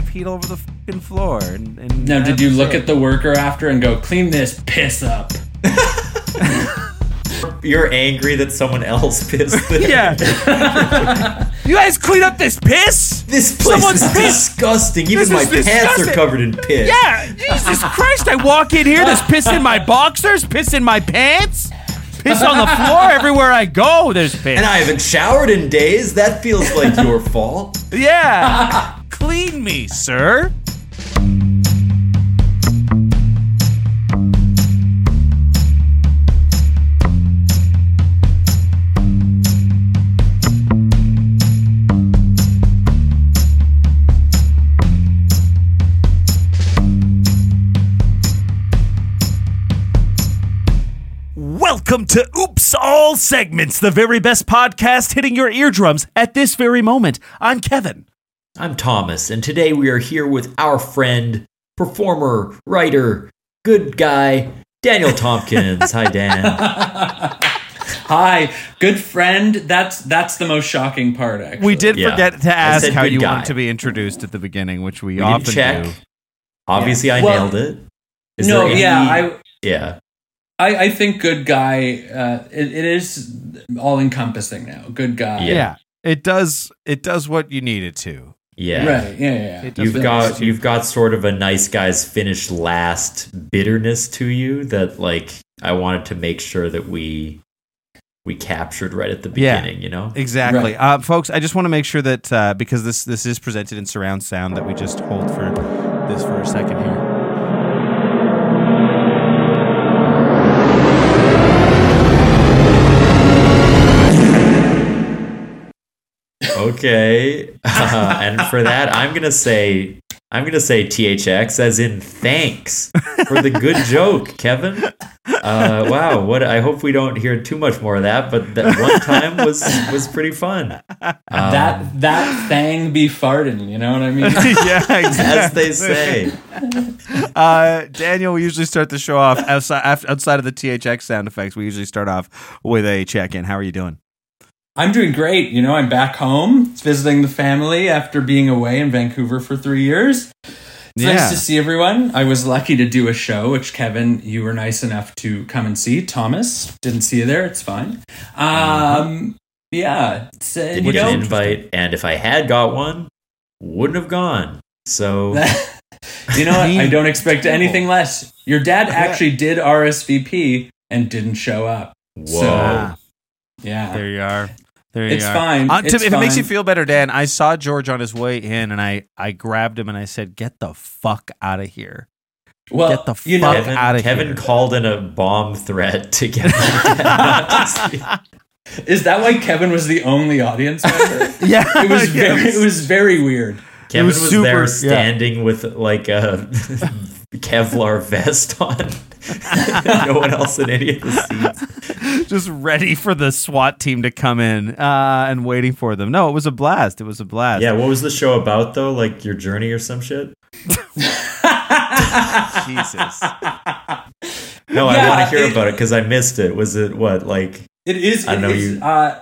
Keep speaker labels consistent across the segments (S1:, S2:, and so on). S1: peed all over the fucking floor. And, and
S2: Now, did you look at the worker after and go, clean this piss up?
S3: You're angry that someone else pissed there.
S1: Yeah. you guys clean up this piss?
S3: This place
S1: Someone's
S3: is
S1: pissed.
S3: disgusting. Even
S1: This
S3: my
S1: is
S3: pants are
S1: disgusting.
S3: covered in piss.
S1: Yeah. Jesus Christ, I walk in here, there's piss in my boxers, piss in my pants, piss on the floor everywhere I go, there's piss.
S3: And I haven't showered in days. That feels like your fault.
S1: Yeah. Clean me, sir. Welcome to Oops All Segments, the very best podcast hitting your eardrums at this very moment. I'm Kevin.
S3: I'm Thomas, and today we are here with our friend, performer, writer, good guy, Daniel Tompkins. Hi, Dan.
S2: Hi, good friend. That's that's the most shocking part. Actually.
S1: We did
S3: Yeah.
S1: forget to
S3: I
S1: ask
S3: said
S1: how
S3: good
S1: you
S3: guy.
S1: want to be introduced at the beginning, which we,
S3: We
S1: often
S3: didn't check.
S1: do.
S3: Obviously, I
S2: Well,
S3: nailed it. Is
S2: no,
S3: there any-
S2: yeah, I,
S3: yeah.
S2: I I think good guy. Uh, it, it is all encompassing now. Good guy.
S3: Yeah.
S1: It does it does what you need it to.
S3: Yeah.
S2: Right. Yeah. Yeah. yeah.
S1: It does
S3: You've
S1: what
S3: got you've got sort of a nice guy's finish last bitterness to you that like I wanted to make sure that we we captured right at the
S1: Yeah.
S3: beginning, you know?
S1: Exactly. Uh, folks, I just want to make sure that uh, because this this is presented in surround sound that we just hold for this for a second here.
S3: Okay. Uh, and for that, I'm going to say I'm going to say THX as in thanks for the good joke, Kevin. Uh, wow, what I hope we don't hear too much more of that, but that one time was was pretty fun. Um,
S2: That that thing be farting. You know what I mean?
S1: yeah,
S3: as
S1: exactly.
S3: they say.
S1: Uh, Daniel, we usually start the show off outside af- outside of the THX sound effects. We usually start off with a check in. How are you doing?
S2: I'm doing great. You know, I'm back home visiting the family after being away in Vancouver for three years. It's
S1: Yeah.
S2: nice to see everyone. I was lucky to do a show, which Kevin, you were nice enough to come and see. Thomas, didn't see you there. It's fine.
S1: Uh-huh.
S2: Um, yeah, it's, uh,
S3: Didn't
S2: you
S3: get an
S2: know,
S3: invite, and if I had got one, wouldn't have gone. So
S2: you know what? I don't expect anything less. Your dad actually did RSVP and didn't show up.
S3: whoa,
S1: Ah,
S2: Yeah,
S1: there you are. There you
S2: Oh. It's
S1: are.
S2: fine.
S1: Uh, to-
S2: It's
S1: if it makes you
S2: fine.
S1: feel better, Dan, I saw George on his way in, and I I grabbed him and I said, "Get the fuck out of here!
S2: well,
S1: Get the
S2: you know,
S1: fuck
S3: Kevin,
S1: outta
S3: Kevin
S1: here.
S3: called in a bomb threat to get. my dad not to see-
S2: is that why Kevin was the only audience member?
S1: Yeah,
S2: It was very, it was very weird.
S3: Kevin
S1: was
S3: was,
S1: super- yeah.
S3: there standing with like a Kevlar vest on. no one else in any of the seats.
S1: just ready for the SWAT team to come in uh, and waiting for them. No, it was a blast. It was a blast.
S3: Yeah, what was the show about though? Like your journey or some shit?
S1: Jesus.
S3: No, I
S2: Yeah,
S3: want to hear
S2: it-
S3: about it because I missed it. Was it what like?
S2: It is.
S3: I
S2: it
S3: know
S2: is,
S3: you-
S2: Uh,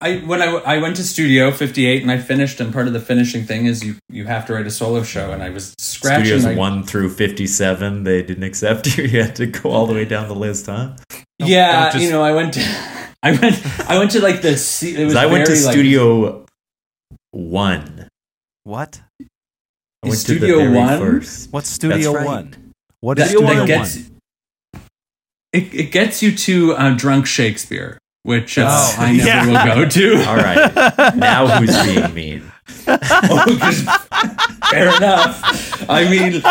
S2: I when I, I went to Studio 58 and I finished, and part of the finishing thing is you you have to write a solo show, and I was scratching.
S3: Studios
S2: my,
S3: one through fifty-seven, they didn't accept you. You had to go all the way down the list, huh?
S2: Yeah,
S1: Don't just-
S2: you know, I went. To, I went. I went to like the. se- It was.
S3: I went to
S2: very, like-
S3: Studio One.
S1: What?
S3: I went
S2: Studio
S3: to the very
S2: One?
S3: First.
S1: What's Studio
S3: That's right.
S1: One? What
S2: that,
S1: is Studio
S2: that
S1: One?
S2: gets. It, it gets you to uh, drunk Shakespeare, which uh,
S3: Oh,
S2: I never
S1: yeah.
S2: will go to.
S3: All right, now who's being mean?
S2: Oh, 'cause- fair enough. I mean,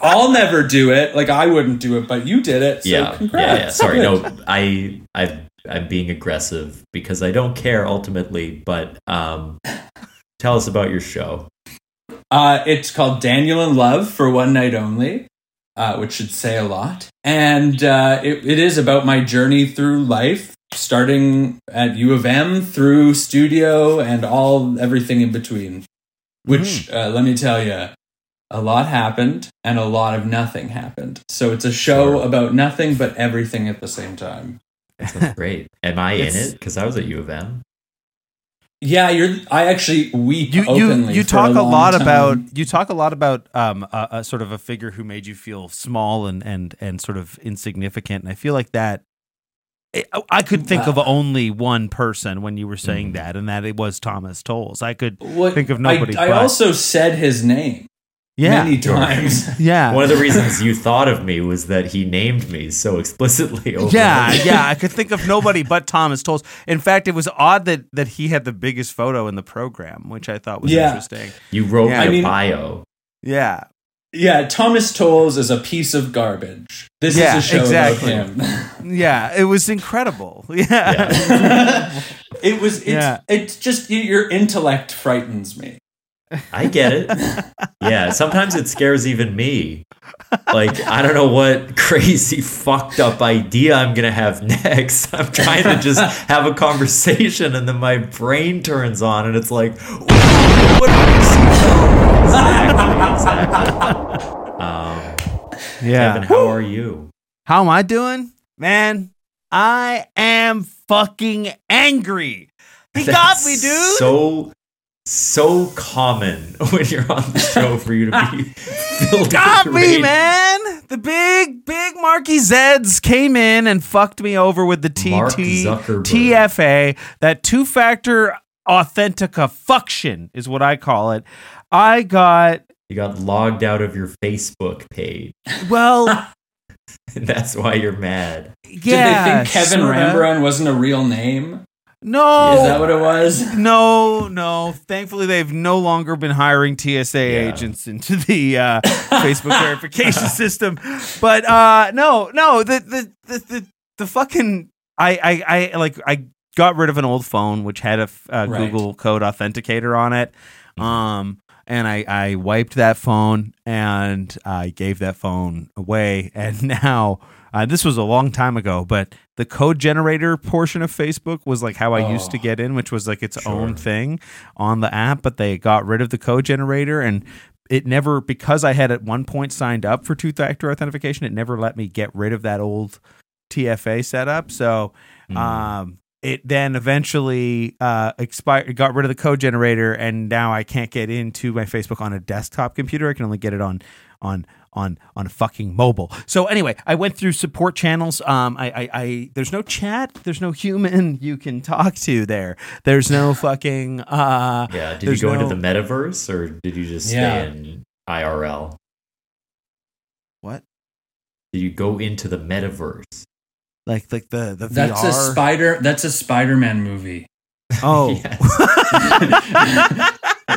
S2: I'll never do it. Like I wouldn't do it, but you did it. So
S3: yeah, yeah,
S2: congrats.
S3: yeah. Sorry, no, I, I, I'm being aggressive because I don't care ultimately. But um, tell us about your show.
S2: Uh, it's called Daniel in Love for One Night Only, uh, which should say a lot. And uh, it, it is about my journey through life, starting at U of M through studio and all everything in between. Which,
S1: Hmm.
S2: uh, let me tell you, a lot happened and a lot of nothing happened. So it's a show about nothing but everything at the same time.
S3: That's great. Am I in
S1: It's-
S3: it? Because I was at U of M.
S2: Yeah, you're. I actually weep
S1: You you,
S2: openly.
S1: you
S2: for
S1: talk a,
S2: long
S1: lot
S2: time.
S1: about you talk a lot about um a, a sort of a figure who made you feel small and and and sort of insignificant, and I feel like that. I- I could think
S2: Uh,
S1: of only one person when you were saying
S2: Mm.
S1: that, and that it was Thomas Tolles. I could
S2: What-
S1: think of nobody.
S2: I, I
S1: but-
S2: also said his name
S1: yeah,
S2: many times.
S1: yeah,
S3: One of the reasons you thought of me was that he named me so explicitly. Over
S1: Yeah, yeah, I could think of nobody but Thomas Tolles. In fact, it was odd that that he had the biggest photo in the program, which I thought was
S2: Yeah.
S1: interesting.
S3: you wrote
S1: Yeah.
S3: your
S2: I mean-
S3: bio.
S1: Yeah,
S2: yeah, Thomas Tolles is a piece of garbage. This
S1: Yeah,
S2: is a show
S1: exactly.
S2: about him.
S1: yeah, it was incredible. Yeah,
S3: Yeah.
S2: it was. It's,
S1: Yeah.
S2: it's just y- your intellect frightens me.
S3: I get it. Yeah, sometimes it scares even me. Like, I don't know what crazy fucked up idea I'm going to have next. I'm trying to just have a conversation and then my brain turns on and it's like, "Whoa, what did you see?" Exactly, exactly. Um,
S1: yeah.
S3: Kevin, how are you?
S1: How am I doing, man? I am fucking angry. He got
S3: That's
S1: me, dude.
S3: So so common when you're on the show for you to be filled
S1: got
S3: with
S1: me,
S3: rage.
S1: man. The big, big Marky Zeds came in and fucked me over with the
S3: Mark
S1: TT
S3: Zuckerberg.
S1: TFA, that two factor authentica function is what I call it. I got,
S3: You got logged out of your Facebook page.
S1: well,
S3: And that's why you're mad.
S1: yeah.
S2: Did they think Kevin
S1: sorta. Oh.
S2: Rambron wasn't a real name?
S1: No.
S2: Is that what it was?
S1: no, no. Thankfully, they've no longer been hiring TSA agents into the uh, Facebook verification system. But uh, no, no, the the the the, the fucking I, I I like I got rid of an old phone which had a f- uh,
S2: Right.
S1: Google Code Authenticator on it. Um, and I, I wiped that phone and I gave that phone away. And now, uh, this was a long time ago, but the code generator portion of Facebook was like how I used to
S2: Oh.
S1: get in, which was like its own thing on the app, but they got rid of the code generator and it never, because I had at one point signed up for two factor authentication, it never let me get rid of that old TFA setup. So, um, it then eventually uh, expired, got rid of the code generator, and now I can't get into my Facebook on a desktop computer. I can only get it on on on on a fucking mobile. So anyway, I went through support channels. Um, I, I, I there's no chat, there's no human you can talk to there. There's no fucking uh,
S3: Yeah. Did
S1: There's
S3: you go
S1: no-
S3: into the metaverse or did you just
S2: Yeah.
S3: stay in IRL?
S1: what
S3: Did you go into the metaverse?
S1: like like the the
S2: That's
S1: VR.
S2: a spider. That's a Spider-Man movie.
S1: Oh. Uh,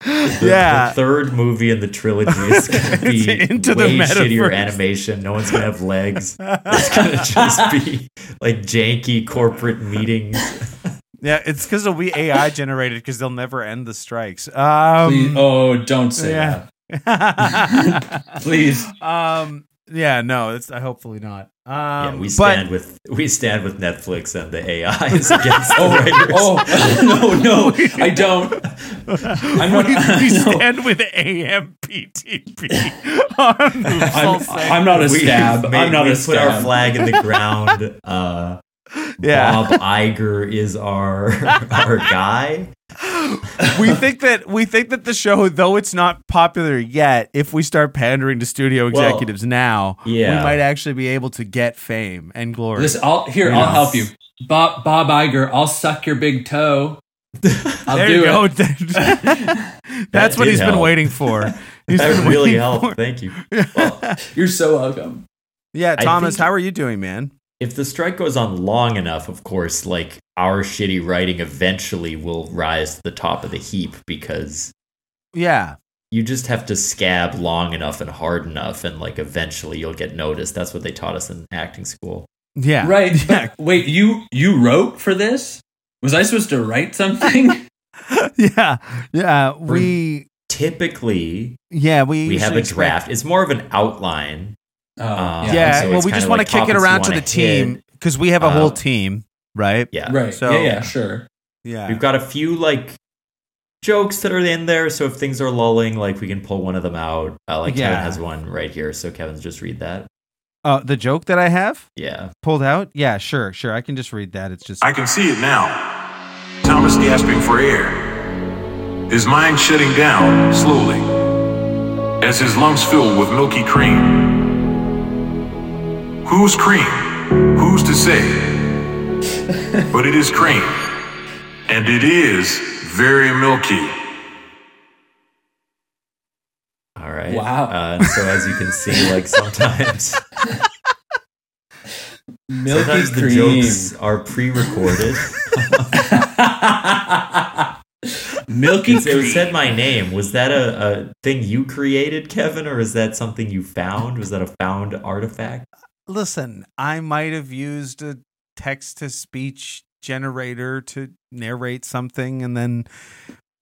S3: The,
S1: yeah.
S3: The third movie in the trilogy is going to be
S1: It's into the
S3: way shittier
S1: metaverse.
S3: animation. No one's going to have legs. It's going to just be like janky corporate meetings.
S1: Yeah, it's because it'll be AI generated because they'll never end the strikes. Um,
S2: oh, don't say
S1: yeah.
S2: that. Please.
S1: um, yeah, no, it's uh, hopefully not. Um,
S3: Yeah, we
S1: but-
S3: stand with we stand with Netflix and the AIs against the writers.
S2: Oh no, no, I don't. I'm not.
S1: we, we
S2: no,
S1: stand with AMPTP on the
S2: I'm,
S1: false-
S2: I'm not a
S3: We-
S2: stab.
S3: we-
S2: I'm not
S3: we
S2: a
S3: put our
S2: stab.
S3: flag in the ground. Uh,
S1: Yeah.
S3: Bob Iger is our our guy.
S1: we think that we think that the show, though it's not popular yet, if we start pandering to studio
S3: Well,
S1: executives now,
S3: yeah.
S1: we might actually be able to get fame and glory.
S2: Listen, I'll here.
S1: Yeah.
S2: I'll help you, Bob. Bob Iger. I'll suck your big toe. I'll
S1: there
S2: do
S1: you go.
S2: it.
S1: That's
S3: That
S1: what
S3: did
S1: he's been
S3: help.
S1: waiting for. He's
S3: That
S1: been
S3: really
S1: waiting for-
S3: helped. Thank you.
S2: You're so welcome.
S1: Yeah,
S3: I
S1: Thomas,
S3: think-
S1: how are you doing, man?
S3: If the strike goes on long enough, of course, like our shitty writing eventually will rise to the top of the heap because
S1: Yeah.
S3: you just have to scab long enough and hard enough, and like eventually you'll get noticed. That's what they taught us in acting school.
S1: Yeah.
S2: Right.
S1: Yeah.
S2: But wait, you you wrote for this? Was I supposed to write something?
S1: yeah. Yeah. We
S3: Typically,
S1: yeah, we
S3: we have
S1: usually
S3: a draft. It's more of an outline.
S2: Oh,
S1: expect-
S3: Um,
S1: Yeah,
S3: so
S1: well
S3: it's
S1: we just
S3: kinda
S1: want
S3: like
S1: to kick it
S3: topics
S1: around
S3: you
S1: to the
S3: wanna
S1: team
S3: hit.
S1: because we have a whole
S3: Um,
S1: team, right?
S3: Yeah.
S2: Right.
S1: So-
S2: yeah, yeah, sure.
S1: Yeah.
S3: We've got a few like jokes that are in there, so if things are lulling, like we can pull one of them out. Uh, like
S1: Yeah.
S3: Kevin has one right here, so Kevin's just read that.
S1: uh, the joke that I have
S3: Yeah.
S1: pulled out? Yeah, sure, sure. I can just read that. It's just
S4: I can see it now. mouth is gasping for air. His mind shutting down slowly as his lungs fill with milky cream. Who's cream? Who's to say? but it is cream. And it is very milky.
S3: All right.
S2: Wow.
S3: Uh, so as you can see, like sometimes,
S2: Milky
S3: sometimes the
S2: cream.
S3: jokes are pre-recorded.
S2: Milky
S3: it
S2: cream.
S3: it said my name. Was that a, a thing you created, Kevin, or is that something you found? Was that a found artifact?
S1: Listen, I might have used a text to speech generator to narrate something and then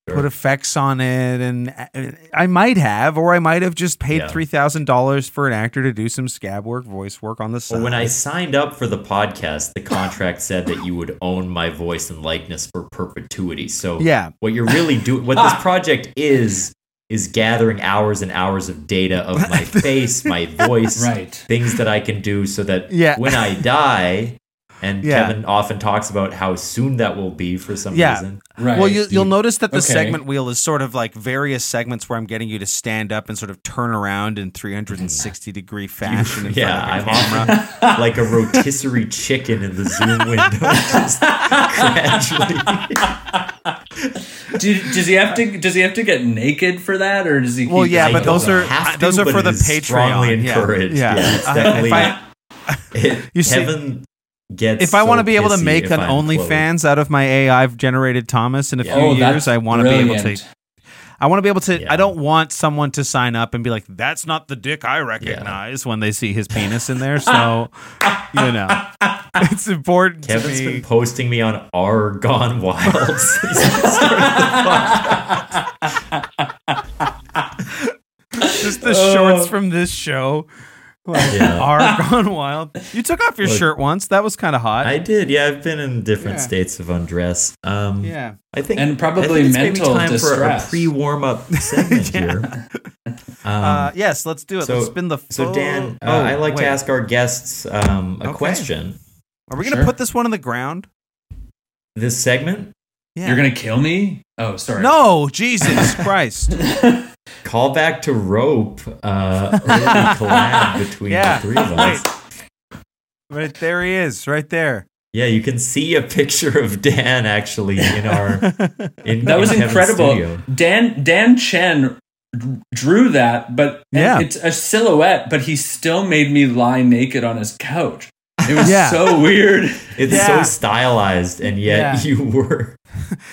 S1: put
S3: Sure.
S1: effects on it and uh, I might have or I might have just paid
S3: Yeah.
S1: $3,000 for an actor to do some scab work, voice work on the side.
S3: Well, when I signed up for the podcast, the contract said that you would own my voice and likeness for perpetuity. So
S1: Yeah.
S3: what you're really doing, what
S2: Ah.
S3: this project is, is gathering hours and hours of data of my face, my voice,
S2: Right.
S3: things that I can do so that
S1: Yeah.
S3: when I die, and
S1: Yeah.
S3: Kevin often talks about how soon that will be for some
S1: Yeah.
S3: reason.
S2: Right.
S1: Well, you, you'll
S3: You-
S1: notice that the
S2: okay.
S1: segment wheel is sort of like various segments where I'm getting you to stand up and sort of turn around in 360 degree fashion. in front
S3: Yeah,
S1: of your
S3: I'm
S1: camera.
S3: often like a rotisserie chicken in the Zoom window, just gradually.
S2: Do, does he have to? Does he have to get naked for that, or does he?
S1: Well,
S2: keep-
S1: yeah,
S3: I
S1: but
S3: don't
S1: those are
S3: have
S1: uh, those
S3: to,
S1: are
S3: but
S1: for
S3: it
S1: the
S3: is
S1: Patreon.
S3: Strongly
S1: Yeah.
S3: encouraged. Yeah,
S1: Yeah.
S3: it's
S1: Uh,
S3: definitely.
S1: if I,
S3: it,
S1: You see-
S3: Kevin gets.
S1: if I
S3: so
S1: want to be able to
S3: pissy
S1: make
S3: if
S1: an
S3: I'm
S1: OnlyFans out of my AI generated Thomas in a few
S2: Oh,
S1: years,
S2: that's
S1: I want to be able to.
S2: brilliant.
S1: I want to be able to.
S3: Yeah.
S1: I don't want someone to sign up and be like, "That's not the dick I recognize" when they see his penis in there. So, you know, it's important
S3: clothed. Kevin's
S1: to me.
S3: been posting me on R Gone Wild.
S1: just the shorts from this show like,
S3: Yeah.
S1: are gone wild. You took off your
S3: Look.
S1: shirt once. That was kind of hot.
S3: I did. Yeah, I've been in different
S1: Yeah.
S3: states of undress. Um,
S1: yeah.
S3: I think
S2: And probably
S3: I think it's maybe
S2: mental
S3: time for
S2: distress.
S3: a pre warm up segment here. Um,
S1: uh, yes, let's do it.
S3: so-
S1: let's spin the.
S3: so
S1: full-
S3: Dan, uh,
S1: Oh,
S3: I like
S1: wait.
S3: to ask our guests um, a
S1: Okay.
S3: question.
S1: Are we gonna
S2: Sure.
S1: put this one on the ground?
S3: This segment
S1: Yeah.
S2: You're gonna kill me. Oh, sorry.
S1: No, Jesus Christ.
S3: Call back to rope uh early collab between
S1: Yeah.
S3: the three of us.
S1: Right there he is, right there.
S3: Yeah, you can see a picture of Dan actually in our in
S2: That
S3: in
S2: was
S3: Kevin's
S2: incredible.
S3: studio.
S2: Dan Dan Chen d- drew that, but and
S1: Yeah.
S2: it's a silhouette. But he still made me lie naked on his couch. It was
S1: Yeah.
S2: so weird.
S3: It's
S1: Yeah.
S3: so stylized, and yet
S1: Yeah.
S3: you were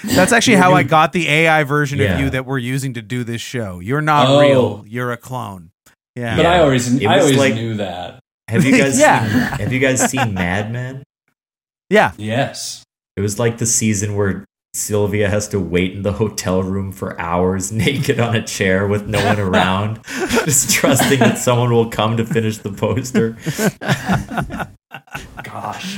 S1: That's actually how I got the AI version
S3: Yeah.
S1: of you that we're using to do this show. You're not
S2: Oh.
S1: real. You're a clone. Yeah.
S2: But I always
S3: It
S2: I
S3: was
S2: always
S3: like-
S2: knew that.
S3: have you guys
S1: Yeah.
S3: seen, have you guys seen Mad Men?
S1: yeah.
S2: Yes.
S3: It was like the season where Sylvia has to wait in the hotel room for hours naked on a chair with no one around, just trusting that someone will come to finish the poster.
S2: Gosh.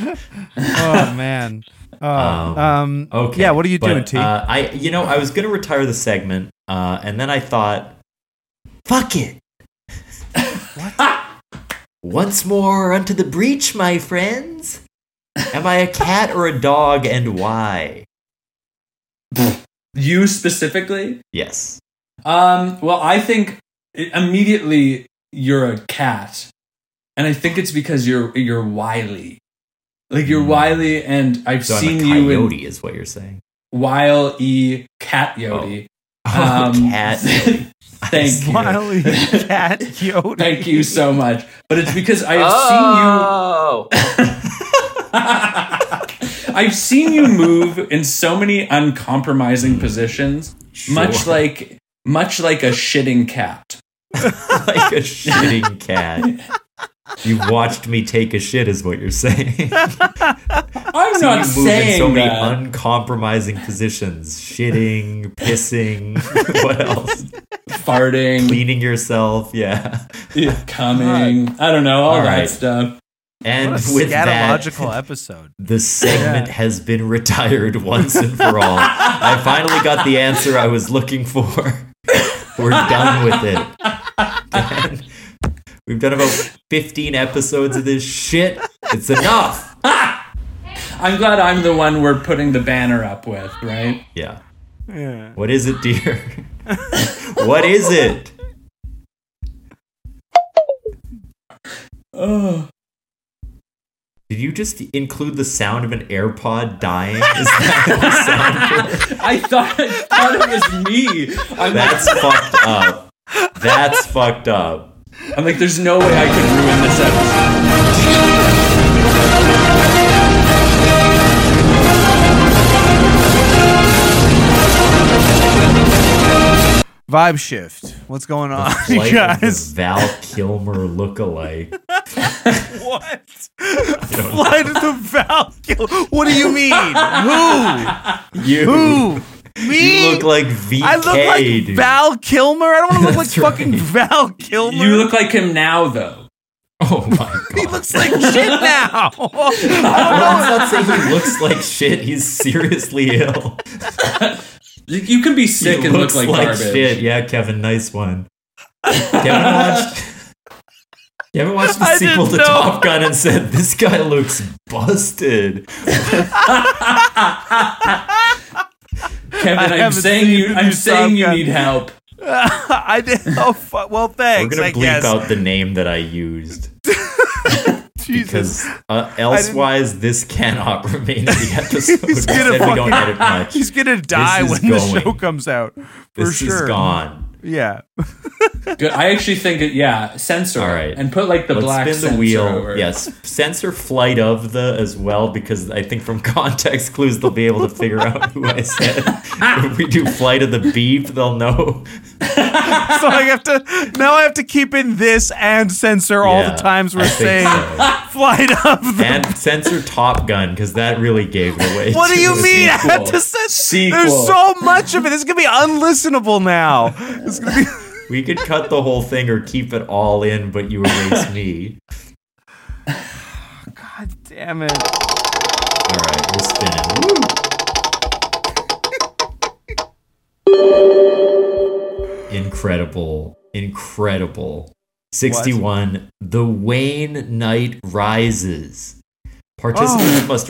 S1: Oh man. Oh,
S3: Um,
S1: um,
S3: Okay.
S1: Yeah, what are you
S3: but,
S1: doing, T?
S3: Uh, I, you know, I was gonna retire the segment, uh, and then I thought, fuck it. Once more unto the breach, my friends. Am I a cat or a dog, and why?
S2: You specifically?
S3: Yes.
S2: Um, well, I think i immediately you're a cat, and I think it's because you're you're wily. Like you're
S3: Mm.
S2: wily, and I've
S3: So
S2: seen
S3: I'm a
S2: you
S3: coyote,
S2: in
S3: is what you're saying.
S2: wile e cat yodi.
S3: Oh,
S2: Um,
S3: cat.
S2: thank you,
S1: Smiley cat Yoda.
S2: thank you so much. But it's because I have seen you.
S3: oh.
S2: I've seen you move in so many uncompromising positions, much
S3: Sure.
S2: like much like a shitting cat.
S3: like a shitting cat. You've watched me take a shit, is what you're saying.
S2: I'm
S3: You
S2: not
S3: move in
S2: saying
S3: so many
S2: that.
S3: uncompromising positions shitting pissing what else
S2: farting,
S3: cleaning yourself yeah
S2: coming. I don't know all,
S3: All
S2: that
S3: right.
S2: stuff.
S1: What
S3: and
S1: a
S3: with that
S1: scatological episode.
S3: the segment
S1: Yeah.
S3: has been retired once and for all i finally got the answer i was looking for we're done with it Dan, we've done about 15 episodes of this shit it's enough
S2: I'm glad I'm the one we're putting the banner up with, right?
S3: Yeah.
S1: Yeah.
S3: What is it, dear? what is it?
S2: Oh,
S3: Did you just include the sound of an AirPod dying? Is that the sound?
S2: I thought, I thought it was me. I'm like,
S3: That's fucked up. That's fucked up.
S2: I'm like, there's no way I could ruin this episode.
S1: Vibe shift. What's going on, you
S3: Like
S1: guys?
S3: the Val Kilmer lookalike.
S1: What? Flight of the Valkyrie. What do you mean?
S3: You,
S1: Who? Who? Me?
S3: you look like VK,
S1: I look like
S3: dude.
S1: Val Kilmer. I don't want to look like
S3: That's right.
S1: fucking Val Kilmer.
S2: You look like him now, though.
S3: oh my
S1: he
S3: god.
S1: looks like shit now.
S3: Let's not say he looks like shit. He's seriously ill.
S2: You- You can be sick
S3: he
S2: and
S3: looks
S2: look like, garbage.
S3: shit. Yeah, Kevin, nice one. Kevin watched. Kevin watched the
S1: I didn't
S3: sequel to
S1: know.
S3: Top Gun and said, "This guy looks busted."
S1: I
S2: Kevin, I'm
S1: haven't
S2: saying
S1: seen
S2: you.
S1: the
S2: I'm
S1: new
S2: saying
S1: Top
S2: you
S1: Gun.
S2: need help.
S1: I did. Oh, fu- well,
S3: We're
S1: thanks.
S3: gonna
S1: I
S3: bleep
S1: guess.
S3: out the name that I used
S1: Jesus.
S3: because uh, elsewise this cannot remain in the episode. We
S1: gonna
S3: said we don't
S1: fucking-
S3: edit much.
S1: He's gonna die
S3: is
S1: when the
S3: going.
S1: show comes out. For
S3: This
S1: sure.
S3: is gone.
S1: Yeah.
S2: Good. I actually think it. Yeah, censor.
S3: All
S2: All
S3: right.
S2: right, and put like the
S3: Let's
S2: black
S3: spin
S2: censor
S3: the wheel.
S2: over.
S3: Yes, censor flight of the as well because I think from context clues they'll be able to figure out who I said. if we do flight of the beep, they'll know.
S1: So I have to now. I have to keep in this and censor all the
S3: Yeah,
S1: times we're
S3: I
S1: saying
S3: think so.
S1: flight of the.
S3: and censor Top Gun because that really gave it away.
S1: What do
S3: too.
S1: you mean? I have
S2: sequel.
S1: to censor.
S2: Sequel.
S1: There's so much of it. This is gonna be unlistenable now. It's gonna be.
S3: We could cut the whole thing or keep it all in, but you erase me.
S1: God damn it.
S3: All right, we're spinning. Woo. Incredible, incredible. 61. The Wayne Knight Rises. Participants
S1: Oh.
S3: must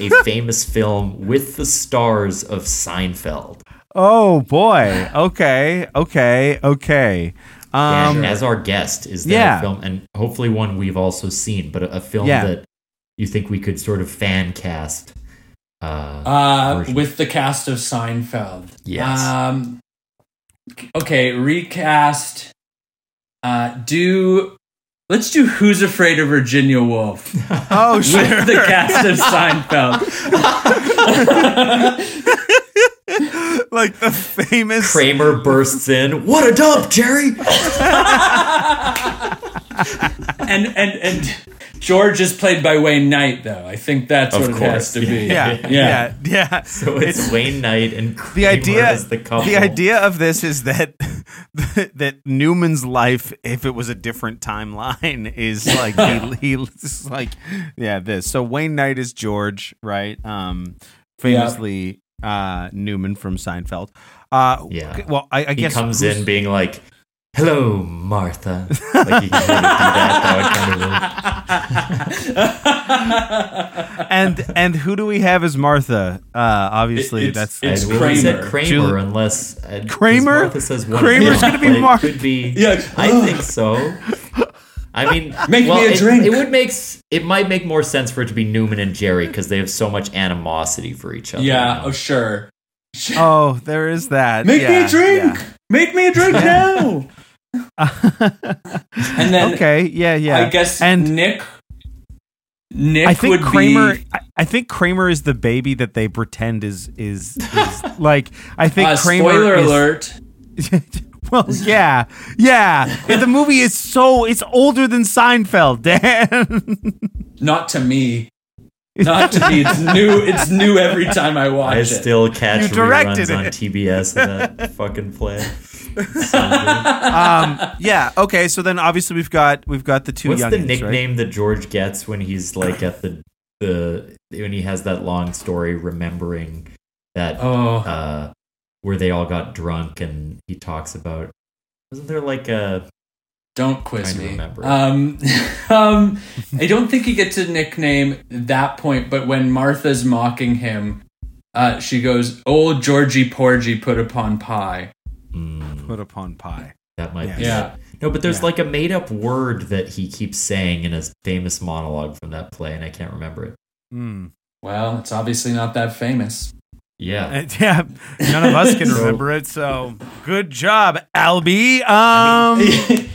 S3: a famous film with the stars of Seinfeld.
S1: Oh boy. Okay. Okay. Okay.
S3: And
S1: Um.
S3: as our guest, is there
S1: yeah.
S3: a film, and hopefully one we've also seen, but a, a film
S1: Yeah.
S3: that you think we could sort of fan cast? Uh,
S2: Uh,
S3: Version.
S2: with the cast of Seinfeld.
S3: Yes.
S2: Um, okay, recast. Uh, do let's do Who's Afraid of Virginia Woolf with
S1: Oh sure.
S2: the cast of Seinfeld.
S1: like the famous.
S3: Kramer bursts in. What a dump, Jerry!
S2: and and and George is played by Wayne Knight, though. I think that's
S3: Of
S2: what it has
S3: course,
S2: to be.
S1: yeah. Yeah. Yeah.
S3: So it's, Wayne Knight and Kramer
S1: the idea
S3: as the couple.
S1: idea of this is that that Newman's life, if it was a different timeline, is like he, he it's like yeah this. So Wayne Knight is George, right? Um, famously uh, Newman from Seinfeld. Uh,
S3: Yeah.
S1: g- Well, I, I
S3: He
S1: guess
S3: comes
S1: who's-
S3: in being like, "Hello, Martha." Like he can really do that. That would kind of work.
S1: and and who do we have as Martha? Uh, obviously,
S2: it's-
S1: that's
S2: it's
S3: I would've said
S2: Kramer.
S3: Kramer,
S1: Jul-
S3: unless uh, 'cause
S1: Kramer?
S3: Martha says one
S1: Kramer's
S3: thing,
S1: gonna be
S3: but it
S1: Mar-
S3: Could be.
S2: Yeah.
S3: I think so. I mean,
S2: Make me
S3: well,
S2: a
S3: it,
S2: drink.
S3: It would make s- it might make more sense for it to be Newman and Jerry because they have so much animosity for each other.
S2: Yeah,
S3: now.
S2: oh sure.
S1: oh, there is that.
S2: Make me
S1: Yeah,
S2: a drink. Make me a drink
S1: yeah.
S2: now. And then
S1: okay, yeah, yeah.
S2: I guess
S1: and
S2: Nick. Nick
S1: I think
S2: would
S1: Kramer.
S2: be
S1: I, I think Kramer is the baby that they pretend is is, is like. I think
S2: uh,
S1: Kramer.
S2: spoiler
S1: is-
S2: alert.
S1: well, yeah, yeah. And the movie is so it's older than Seinfeld, Dan.
S2: Not to me. Not to me. It's new. It's new every time I watch
S3: I
S2: it.
S3: still catch
S1: You directed
S3: reruns on
S1: it.
S3: TBS of that fucking play. So good.
S1: um, yeah. Okay. So then obviously we've got we've got the two
S3: What's
S1: youngins,
S3: the
S1: right?
S3: nickname that George gets when he's like at the the when he has that long story remembering that
S2: oh,
S3: uh where they all got drunk and he talks about wasn't there like a
S2: Don't quiz
S3: Trying to
S2: me.
S3: remember.
S2: Um, um, I don't think he gets a nickname at that point, but when Martha's mocking him, uh, she goes, "Old Georgie Porgy put upon pie."
S1: Put upon pie.
S3: hmm, That might be.
S2: Yeah,
S3: No, but there's
S1: Yeah.
S3: like a made up word that he keeps saying in his famous monologue from that play, and I can't remember it.
S1: Mm.
S2: well, it's obviously not that famous.
S3: Yeah.
S1: Uh, yeah, none of us can
S3: So-
S1: remember it. So good job, Albie. Um,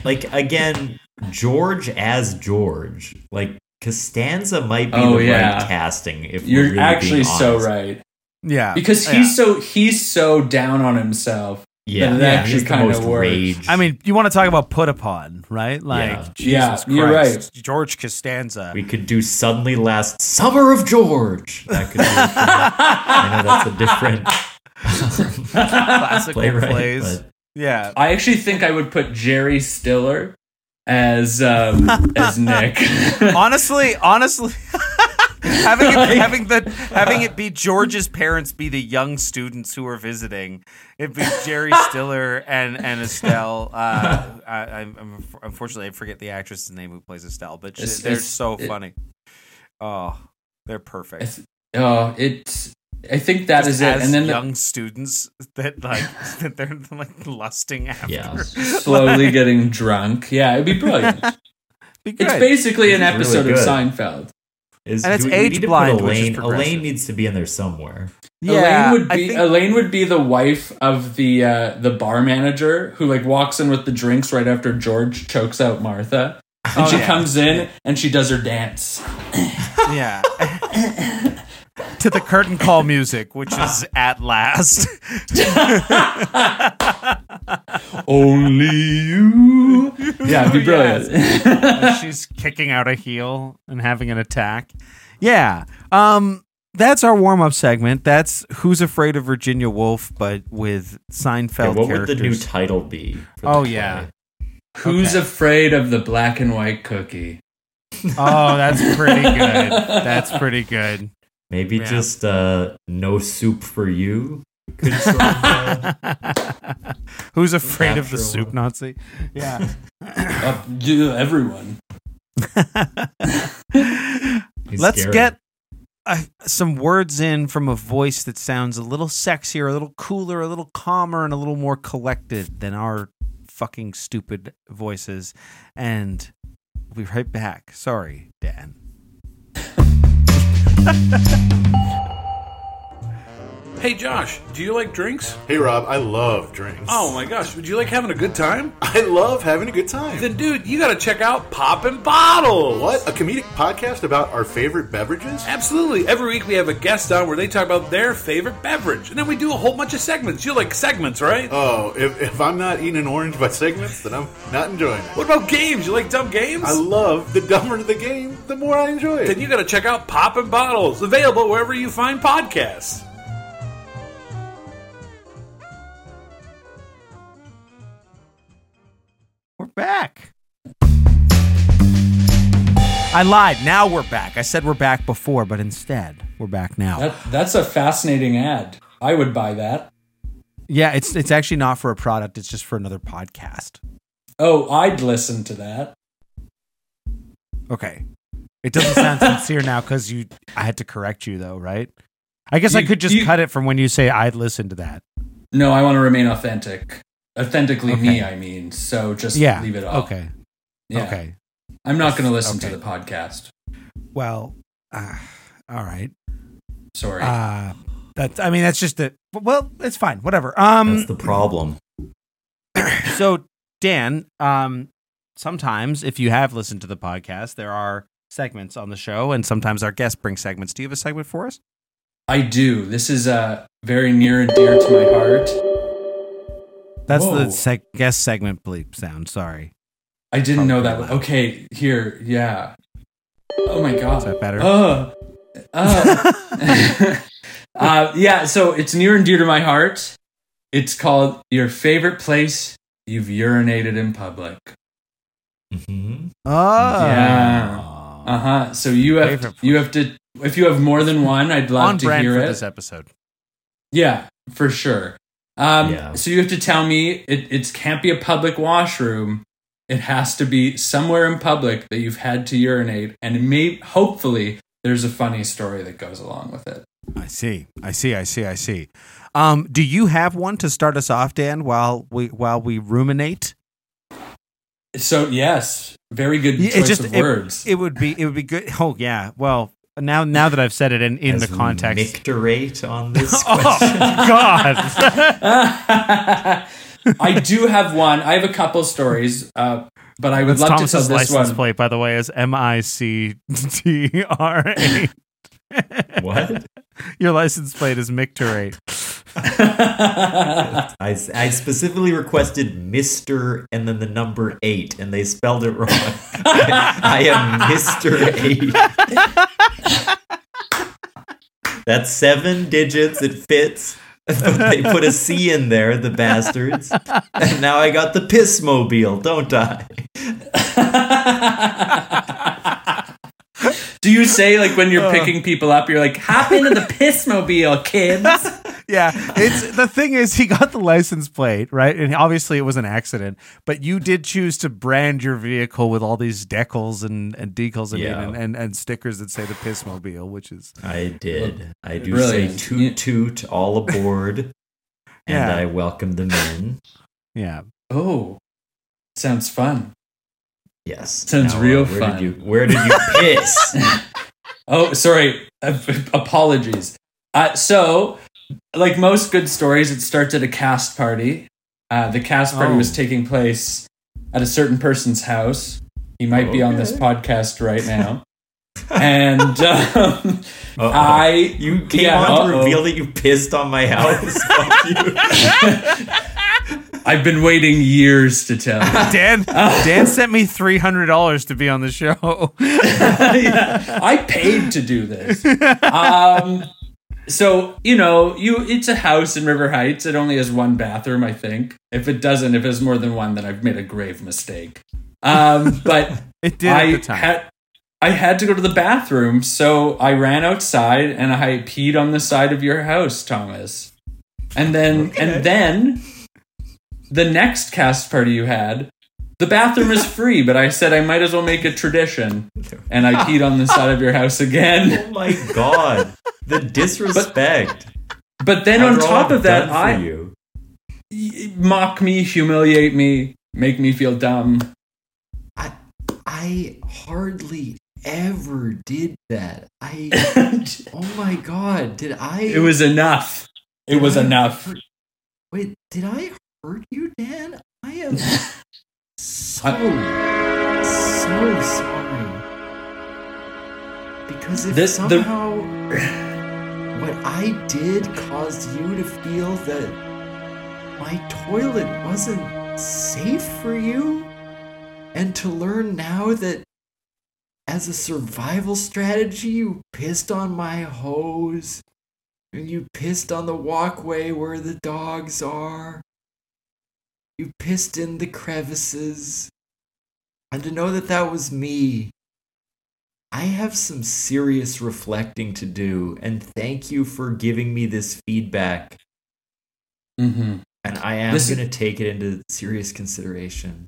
S3: like, again, George as George. Like, Costanza might be
S2: Oh,
S3: the
S2: yeah.
S3: right casting if
S2: You're
S3: we're really
S2: actually
S3: being
S2: so
S3: honest.
S2: right
S1: yeah, Oh,
S2: because
S1: yeah.
S2: he's so he's so down on himself.
S3: Yeah,
S2: That
S3: yeah,
S2: actually
S3: he's the
S2: kinda
S3: most
S2: works.
S3: rage.
S1: I mean, you want to talk about put upon, right? Like,
S3: Yeah.
S1: Jesus
S2: Yeah,
S1: Christ.
S2: you're
S1: George Costanza.
S3: we could do suddenly last summer of George. That could be. I know that's a different
S1: Classical
S3: playwright.
S1: plays.
S3: but-
S1: Yeah.
S2: I actually think I would put Jerry Stiller as um, as Nick.
S1: honestly, honestly, having it, having the having it be George's parents be the young students who are visiting. It'd be Jerry Stiller and and Estelle. Uh, I, I'm, I'm- unfortunately I forget the actress's name who plays Estelle, but she-
S2: It's-
S1: they're
S2: it's-
S1: so
S2: it-
S1: funny. Oh, they're perfect.
S2: It's- oh, it's. I think that is
S1: Just
S2: it.
S1: as
S2: And then the-
S1: young students that like that they're like lusting after.
S3: Yeah.
S2: slowly getting drunk. Yeah, it'd be brilliant.
S1: Be good.
S2: It's basically an
S3: This is
S2: episode
S3: really
S2: of
S3: good.
S2: Seinfeld.
S3: Is,
S1: And it's
S3: do we- we need to put
S1: age-blind, which is
S3: Elaine,
S1: progressive.
S3: Elaine needs to be in there somewhere.
S1: yeah,
S2: Elaine would
S1: I
S2: be
S1: think-
S2: Elaine would be the wife of the uh, the bar manager who like walks in with the drinks right after George chokes out Martha. And
S1: Oh,
S2: she
S1: yeah.
S2: comes in and she does her dance.
S1: Yeah. to the curtain call music, which is at last.
S2: Only you. Yeah, it'd be brilliant.
S1: She's kicking out a heel and having an attack. Yeah. Um that's our warm-up segment. That's Who's Afraid of Virginia Woolf but with Seinfeld
S3: Yeah, what would
S1: characters.
S3: the new title be? for the
S1: Oh,
S3: play?
S1: yeah.
S2: Who's
S1: Okay.
S2: afraid of the black and white cookie?
S1: oh, that's pretty good. That's pretty good.
S3: Maybe
S1: Yeah.
S3: just uh, no soup for you. Could sort of, uh,
S1: Who's afraid of the
S3: Natural.
S1: soup Nazi? Yeah.
S2: Up, Uh, yeah, everyone.
S3: he's
S1: Let's
S3: scary.
S1: get uh, some words in from a voice that sounds a little sexier, a little cooler, a little calmer, and a little more collected than our fucking stupid voices. And we'll be right back. Sorry, Dan.
S5: Hey Josh, do you like drinks?
S6: Hey Rob, I love drinks.
S5: Oh my gosh, would you like having a good time?
S6: I love having a good time.
S5: Then dude, you gotta check out Poppin' Bottles!
S6: what? A comedic podcast about our favorite beverages?
S5: Absolutely. Every week we have a guest on where they talk about their favorite beverage. And then we do a whole bunch of segments. You like segments, right?
S6: Oh, if, if I'm not eating an orange by segments, then I'm not enjoying it.
S5: what about games? You like dumb games?
S6: I love the dumber the game, the more I enjoy it.
S5: then you gotta check out Poppin' Bottles, available wherever you find podcasts.
S1: We're back. I lied. Now we're back. I said we're back before, but instead, we're back now.
S2: That, that's a fascinating ad. I would buy that.
S1: Yeah, it's it's actually not for a product, it's just for another podcast.
S2: Oh, I'd listen to that.
S1: Okay. It doesn't sound sincere now because you. I had to correct you though, right? I guess I
S2: You-
S1: could just
S2: you-
S1: cut it from when you say I'd listen to that.
S2: No, I want to remain authentic. Authentically me, I mean. So just
S1: Yeah.
S2: leave it off.
S1: Okay.
S2: Yeah.
S1: Okay.
S2: I'm not going to listen
S1: Okay.
S2: to the podcast.
S1: Well, uh, all right.
S2: Sorry.
S1: Uh, that's. I mean, that's just a. Well, it's fine. Whatever. Um.
S3: That's the problem.
S1: so dan um sometimes if you have listened to the podcast there are segments on the show and sometimes our guests bring segments do you have a segment for us
S2: I do. This is uh, very near and dear to my heart.
S1: that's the
S2: Whoa.
S1: seg- guest segment bleep sound sorry
S2: I didn't know that.
S1: Probably loud.
S2: Okay, here. Yeah. Oh my god.
S1: that better?
S2: Oh. Uh, uh, yeah, so it's near and dear to my heart. It's called Your Favorite Place You've Urinated in Public.
S3: hmm
S1: oh
S2: Yeah. Uh huh. So you have
S1: Favorite
S2: you have to if you have more than one, I'd love
S1: on
S2: to
S1: brand
S2: hear
S1: for
S2: it.
S1: this episode
S2: Yeah, for sure. Um,
S3: Yeah.
S2: So you have to tell me it, it can't be a public washroom. it has to be somewhere in public that you've had to urinate, and may hopefully there's a funny story that goes along with it.
S1: I see. I see. I see. I see. Um, do you have one to start us off, Dan? While we while we ruminate,
S2: So yes, very good
S1: Yeah,
S2: choice of words.
S1: It, it would be it would be good. Oh yeah. Well, now now that I've said it in in
S3: As
S1: the
S3: we
S1: context.
S3: micturate on this
S1: Oh
S3: question.
S1: God!
S2: I do have one. I have a couple stories, uh, but I would
S1: That's
S2: love to
S1: Thomas's
S2: tell this
S1: license
S2: one.
S1: plate, by the way, is M I C T R A.
S3: What?
S1: Your license plate is micturate.
S3: I, I specifically requested Mr. and then the number eight, and they spelled it wrong. I am Mr. Eight. That's seven digits. It fits. they put a C in there, the bastards. And now I got the piss mobile, don't I?
S2: Do you say like when you're picking people up, you're like, hop into the piss mobile, kids?
S1: Yeah, it's the thing is he got the license plate right, and obviously it was an accident. But you did choose to brand your vehicle with all these decals and and decals and
S3: Yeah.
S1: and, and, and stickers that say the pissmobile, which is
S3: I did. I do
S2: Brilliant.
S3: say toot toot all aboard, and
S1: Yeah.
S3: I welcome them in.
S1: yeah.
S2: Oh, sounds fun.
S3: Yes,
S2: Sounds
S3: Now, uh,
S2: real
S3: where
S2: fun.
S3: Did you, where did you piss?
S2: Oh, sorry. Apologies. Uh, so, like most good stories, it starts at a cast party. Uh, the cast party
S1: Oh.
S2: was taking place at a certain person's house. He might be on this podcast right now. and um,
S3: Uh-oh.
S2: I,
S3: you came
S2: Yeah,
S3: on to
S2: uh-oh.
S3: reveal that you pissed on my house. Fuck you.
S2: I've been waiting years to tell. you.
S1: Dan Dan sent me three hundred dollars to be on the show.
S2: I paid to do this. Um, so you know, you it's a house in River Heights. It only has one bathroom, I think. If it doesn't, if it's more than one, then I've made a grave mistake. Um, but
S1: It did
S2: I
S1: at the time.
S2: had I had to go to the bathroom, so I ran outside and I peed on the side of your house, Thomas. And then and then the next cast party you had, the bathroom is free, but I said I might as well make a tradition. And I peed on the side of your house again.
S3: Oh my god, the disrespect.
S2: But then on
S3: After all
S2: top
S3: I've
S2: of that,
S3: done for
S2: I
S3: you.
S2: mock me, humiliate me, make me feel dumb.
S3: I I hardly ever did that. I
S2: it
S3: oh my god, did I?
S2: was enough. It was enough.
S3: Wait, did I hurt you, Dan? I am so so sorry. Because if
S2: This- the-
S3: somehow what I did caused you to feel that my toilet wasn't safe for you, and to learn now that as a survival strategy, you pissed on my hose. And you pissed on the walkway where the dogs are. You pissed in the crevices. And to know that that was me. I have some serious reflecting to do, and thank you for giving me this feedback.
S2: Mm-hmm.
S3: And I am
S2: This is-
S3: going to take it into serious consideration.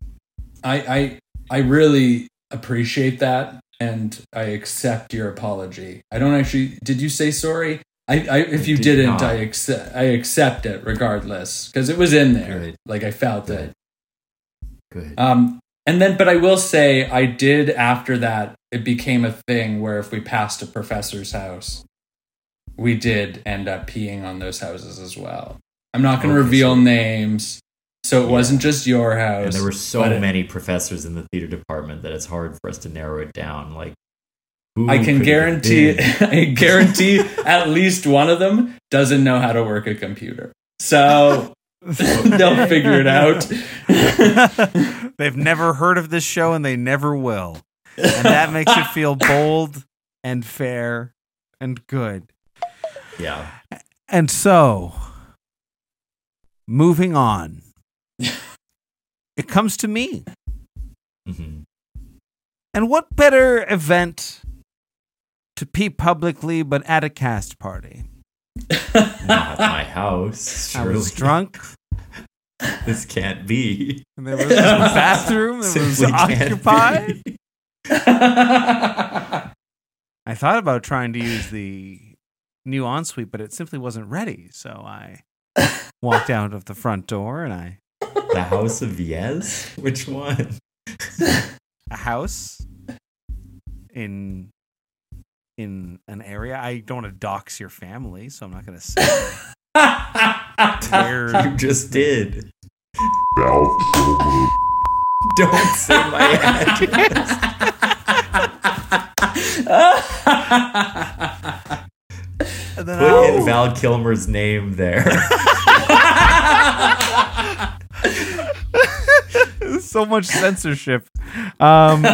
S2: I I I really appreciate that and I accept your apology. I don't actually did you say sorry? I, I if
S3: I
S2: you
S3: did
S2: did not
S3: not.
S2: I accept I accept it regardless cuz it was in there.
S3: Good.
S2: Like I felt it.
S3: Good.
S2: Um and then but I will say I did after that it became a thing where if we passed a professor's house we did end up peeing on those houses as well. I'm not going to
S3: Okay,
S2: reveal
S3: so-
S2: names. So it wasn't just your house.
S3: and there were so
S2: but it-
S3: many professors in the theater department that it's hard for us to narrow it down. Like, who
S2: I can
S3: could it have
S2: guarantee
S3: been?
S2: I guarantee at least one of them doesn't know how to work a computer. So they'll figure it out.
S1: They've never heard of this show and they never will. And that makes it feel bold and fair and good.
S3: Yeah.
S1: And so, moving on, it comes to me.
S3: hmm
S1: And what better event to pee publicly but at a cast party?
S3: Not my house.
S1: I was
S3: surely.
S1: drunk.
S3: This can't be.
S1: And there was a bathroom that was
S3: Simply can't
S1: occupied.
S3: be.
S1: I thought about trying to use the new ensuite, but it simply wasn't ready. So I walked out of the front door and I
S3: The House of Yes? Which one?
S1: a house in in an area. I don't want to dox your family, so I'm not going to say where.
S3: You just did. Don't say my address.
S1: And then
S3: Put
S1: I,
S3: in Val Kilmer's name there.
S1: so much censorship. Um,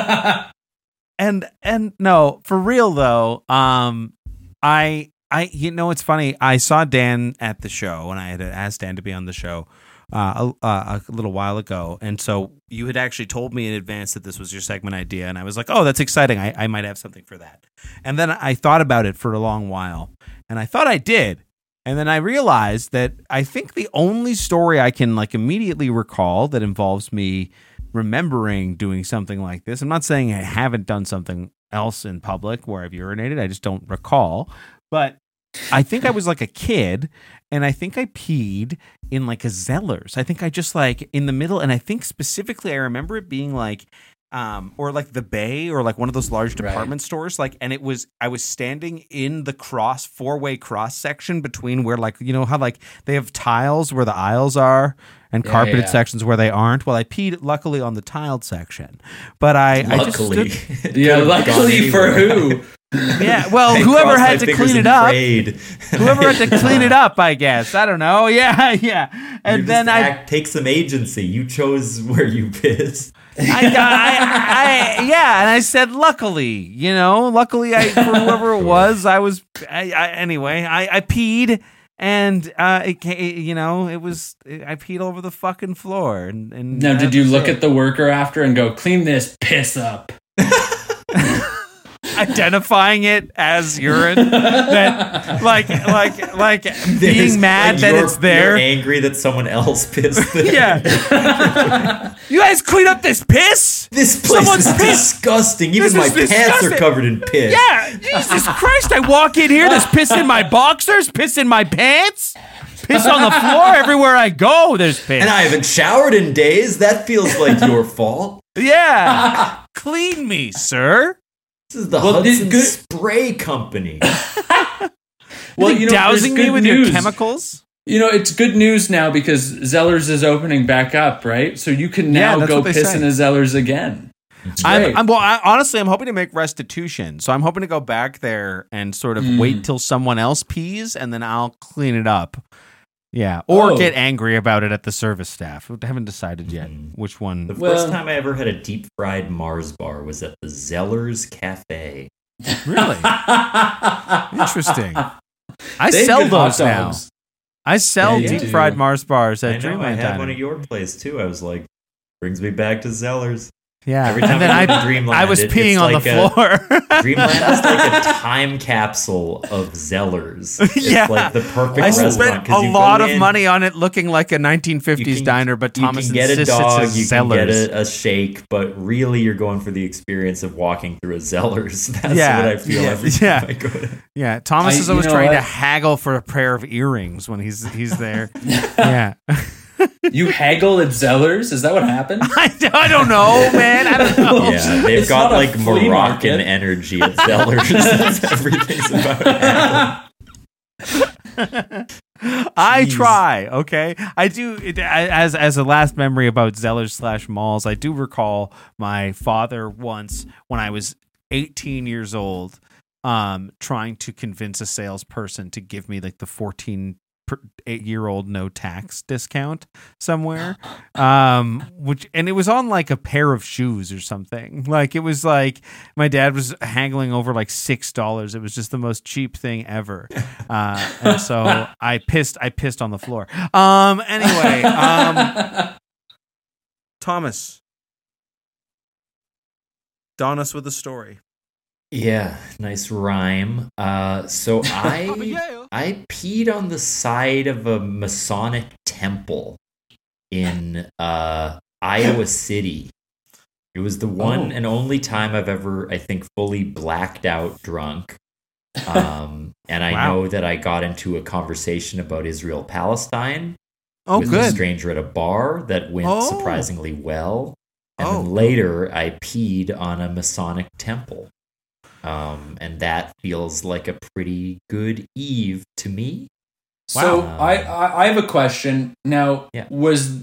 S1: and and no, for real though. Um, I I you know it's funny. I saw Dan at the show, and I had asked Dan to be on the show. Uh, a, uh, a little while ago, and so you had actually told me in advance that this was your segment idea, and I was like, "Oh, that's exciting! I, I might have something for that." And then I thought about it for a long while, and I thought I did, and then I realized that I think the only story I can like immediately recall that involves me remembering doing something like this. I'm not saying I haven't done something else in public where I've urinated. I just don't recall. But I think I was like a kid and I think I peed in like a Zeller's. I think I just like in the middle and I think specifically I remember it being like um or like the Bay or like one of those large
S2: Right.
S1: department stores like and it was I was standing in the cross four-way cross section between where like you know how like they have tiles where the aisles are and
S2: Yeah,
S1: carpeted
S2: yeah.
S1: sections where they aren't. Well, I peed luckily on the tiled section, but I I just
S3: Luckily.
S1: stood-
S2: yeah, luckily for who?
S1: yeah. Well,
S3: I
S1: whoever
S3: crossed my
S1: had to
S3: fingers
S1: clean it
S3: and
S1: up,
S3: prayed.
S1: whoever had to clean it up, I guess. I don't know. Yeah, yeah. And
S3: You
S1: then
S3: just
S1: I,
S3: act- take some agency. You chose where you pissed.
S1: I, I, I, yeah, and I said, luckily, you know, luckily, I for whoever it was, I was. I, I, anyway, I, I peed, and uh, it, ca- it, you know, it was. I peed all over the fucking floor, and, and
S2: Now, did you
S1: that's
S2: look
S1: it.
S2: at the worker after and go, clean this piss up?
S1: identifying it as urine that like like like
S3: There's-
S1: being mad
S3: like,
S1: that
S3: you're-
S1: it's there
S3: You're angry that someone else pissed there.
S1: yeah you guys clean up this piss
S3: This place
S1: Someone's
S3: is
S1: pissed.
S3: disgusting. Even
S1: This
S3: my
S1: is
S3: pants are
S1: disgusting.
S3: covered in piss.
S1: yeah jesus christ i walk in here there's piss in my boxers piss in my pants piss on the floor everywhere i go there's piss
S3: And I haven't showered in days. That feels like your fault.
S1: yeah clean me sir
S3: This is the
S2: Well, this
S3: Hudson
S2: good-
S3: Spray Company.
S2: Well, you know, there's
S1: dousing me
S2: good
S1: with
S2: news.
S1: your chemicals
S2: You know, it's good news now because Zellers is opening back up, right? So you can
S1: Yeah,
S2: now
S1: that's
S2: go
S1: what they
S2: piss
S1: say.
S2: in a Zellers again.
S1: I'm,
S2: great.
S1: I'm well. I, honestly, I'm hoping to make restitution. So I'm hoping to go back there and sort of
S2: Mm.
S1: wait till someone else pees, and then I'll clean it up. Yeah, or
S2: Oh.
S1: get angry about it at the service staff. I haven't decided yet
S2: Mm.
S1: which
S3: The
S1: one.
S2: Well-
S3: first time I ever had a deep fried Mars bar was at the Zeller's Cafe.
S1: Really interesting. I
S2: They've
S1: sell
S2: good hot
S1: those now.
S2: dogs.
S1: I sell
S2: Yeah, you
S1: deep
S2: do.
S1: fried Mars bars
S3: I
S1: at
S3: know I
S1: Dreamland
S3: had
S1: Diner.
S3: one at your place too. I was like, brings me back to Zeller's.
S1: yeah,
S3: Every time
S1: and then
S3: I, go to
S1: I,
S3: Dreamland,
S1: I was
S3: it- it's
S1: peeing on
S3: like
S1: the
S3: a-
S1: floor.
S3: Dreamland is like a time capsule of Zellers. It's
S1: Yeah.
S3: like the perfect
S1: I
S3: restaurant.
S1: spent
S3: 'cause
S1: a
S3: you go
S1: lot of
S3: in,
S1: money on it, looking like a 1950s
S3: you can-
S1: diner. But Thomas
S3: you can get a
S1: insists
S3: dog,
S1: it's a
S3: you
S1: Zellers.
S3: can get a, a shake, but really you're going for the experience of walking through a Zellers. That's
S1: Yeah.
S3: what I feel
S1: Yeah.
S3: every time
S1: Yeah.
S3: I go to.
S1: Yeah, Thomas
S2: I-
S1: is
S2: you
S1: always
S2: know
S1: trying to
S2: what?
S1: haggle for a pair of earrings when he's he's there. yeah,
S2: You haggle at Zellers? Is that what happened?
S1: I, don't- I don't know, man. I don't know.
S3: Yeah, they've
S2: It's not
S3: got
S2: a
S3: like
S2: flea
S3: Moroccan
S2: market.
S3: energy at Zellers. That's- Everything's about Apple.
S1: I
S3: Jeez.
S1: try. Okay, I do. it- I- As as a last memory about Zellers slash malls, I do recall my father once when I was 18 years old, um, trying to convince a salesperson to give me like the 14 per- eight year old no tax discount somewhere, um, which and it was on like a pair of shoes or something. Like it was like my dad was haggling over like six dollars. It was just the most cheap thing ever, uh, and so I pissed. I pissed on the floor. Um. Anyway, um, Thomas, don us with a story.
S3: Yeah, nice rhyme. Uh, so
S1: Oh,
S3: I I peed on the side of a Masonic temple in uh, Iowa City. It was the one
S1: Oh.
S3: and only time I've ever, I think, fully blacked out drunk. Um, and I
S1: Wow.
S3: know that I got into a conversation about Israel Palestine
S1: Oh,
S3: with a
S1: good.
S3: stranger at a bar that went
S1: Oh.
S3: surprisingly well. And
S1: Oh.
S3: then later, I peed on a Masonic temple. Um, and that feels like a pretty good eve to me.
S2: So
S3: Wow.
S2: I, I I have a question now.
S3: Yeah.
S2: Was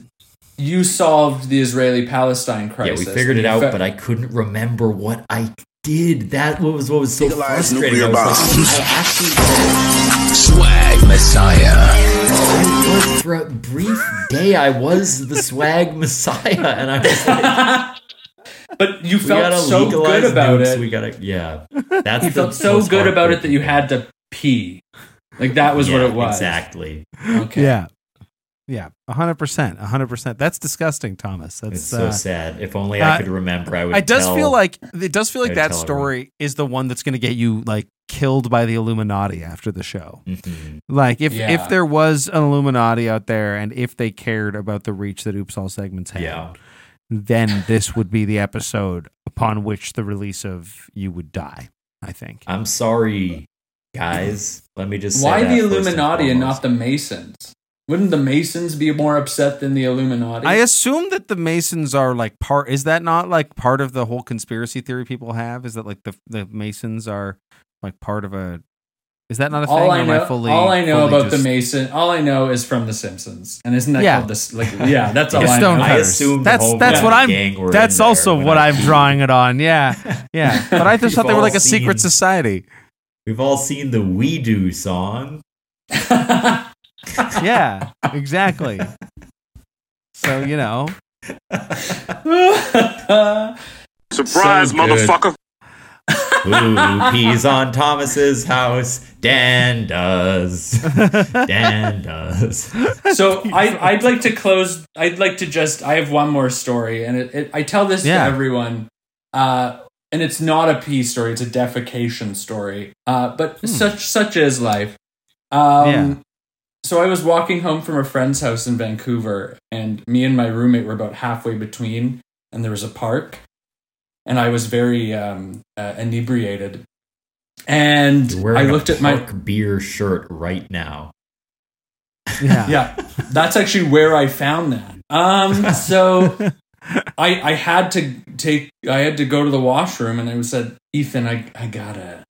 S2: you solved the Israeli Palestine crisis?
S3: Yeah, we figured it out, but I couldn't remember what I did. That was what was so
S7: Legalize
S3: frustrating.
S7: nuclear
S3: I was like,
S7: bombs.
S3: I actually
S7: Swag Messiah.
S3: I was for a brief day I was the swag messiah, and I was like,
S2: but you
S3: we gotta
S2: felt so
S3: legalize
S2: good about
S3: nukes,
S2: it.
S3: We gotta, yeah. That's
S2: you
S3: the
S2: felt so
S3: most
S2: good about it that
S3: heartbreaking
S2: you had to pee. Like that was what
S3: Yeah,
S2: it was.
S3: Exactly.
S2: Okay.
S1: Yeah. Yeah. 100%. 100%. That's disgusting, Thomas. That's
S3: It's so
S1: uh,
S3: sad. If only
S1: uh,
S3: I could remember, I would.
S1: It does
S3: tell-
S1: feel like it does feel
S3: I
S1: like
S3: would
S1: that
S3: tell
S1: story is the one that's going to get you like killed by the Illuminati after the show.
S3: Mhm.
S1: Like if
S2: Yeah.
S1: if there was an Illuminati out there and if they cared about the reach that Oops All Segments had,
S3: Yeah.
S1: then this would be the episode upon which the release of you would die. I think.
S3: I'm sorry, guys. Let me just. say
S2: Why
S3: that
S2: the
S3: first and
S2: Illuminati and not
S3: foremost.
S2: the Masons? Wouldn't the Masons be more upset than the Illuminati?
S1: I assume that the Masons are like part. Is that not like part of the whole conspiracy theory people have? Is that like the the Masons are like part of a? Is that not a thing?
S2: all
S1: or
S2: I
S1: am
S2: know,
S1: fully-
S2: all I know
S1: fully
S2: about
S1: just-
S2: the Mason, all I know is from The Simpsons, and isn't that
S1: Yeah.
S2: called this? Like, yeah, that's all
S1: It's
S2: I
S1: Stone
S2: know.
S3: I
S1: Cutters.
S3: assumed the
S1: that's
S3: whole
S1: that's what
S3: Mad
S1: I'm.
S3: Gang were in
S1: That's
S3: there
S1: also
S3: when
S1: what
S3: I-
S1: I'm drawing it on. Yeah, yeah. But I just thought they were like a secret
S3: We've all seen-
S1: society.
S3: We've all seen the We Do song.
S1: Yeah, exactly. So you know,
S4: Surprise,
S2: So good.
S4: motherfucker.
S3: Ooh, he's on Thomas's house. Dan does. Dan does.
S2: so I, I'd like to close. I'd like to just. I have one more story, and it, it, I tell this
S1: Yeah.
S2: to everyone, uh, and it's not a pee story; it's a defecation story. Uh, but such such is life. Um,
S1: Hmm. Yeah.
S2: So I was walking home from a friend's house in Vancouver, and me and my roommate were about halfway between, and there was a park, and I was very um, uh, inebriated, and
S3: You're
S2: I
S3: wearing
S2: looked
S3: a
S2: at my
S3: Park beer shirt right now.
S1: yeah,
S2: yeah that's actually where i found that um so i i had to take i had to go to the washroom and i was said ethan i i gotta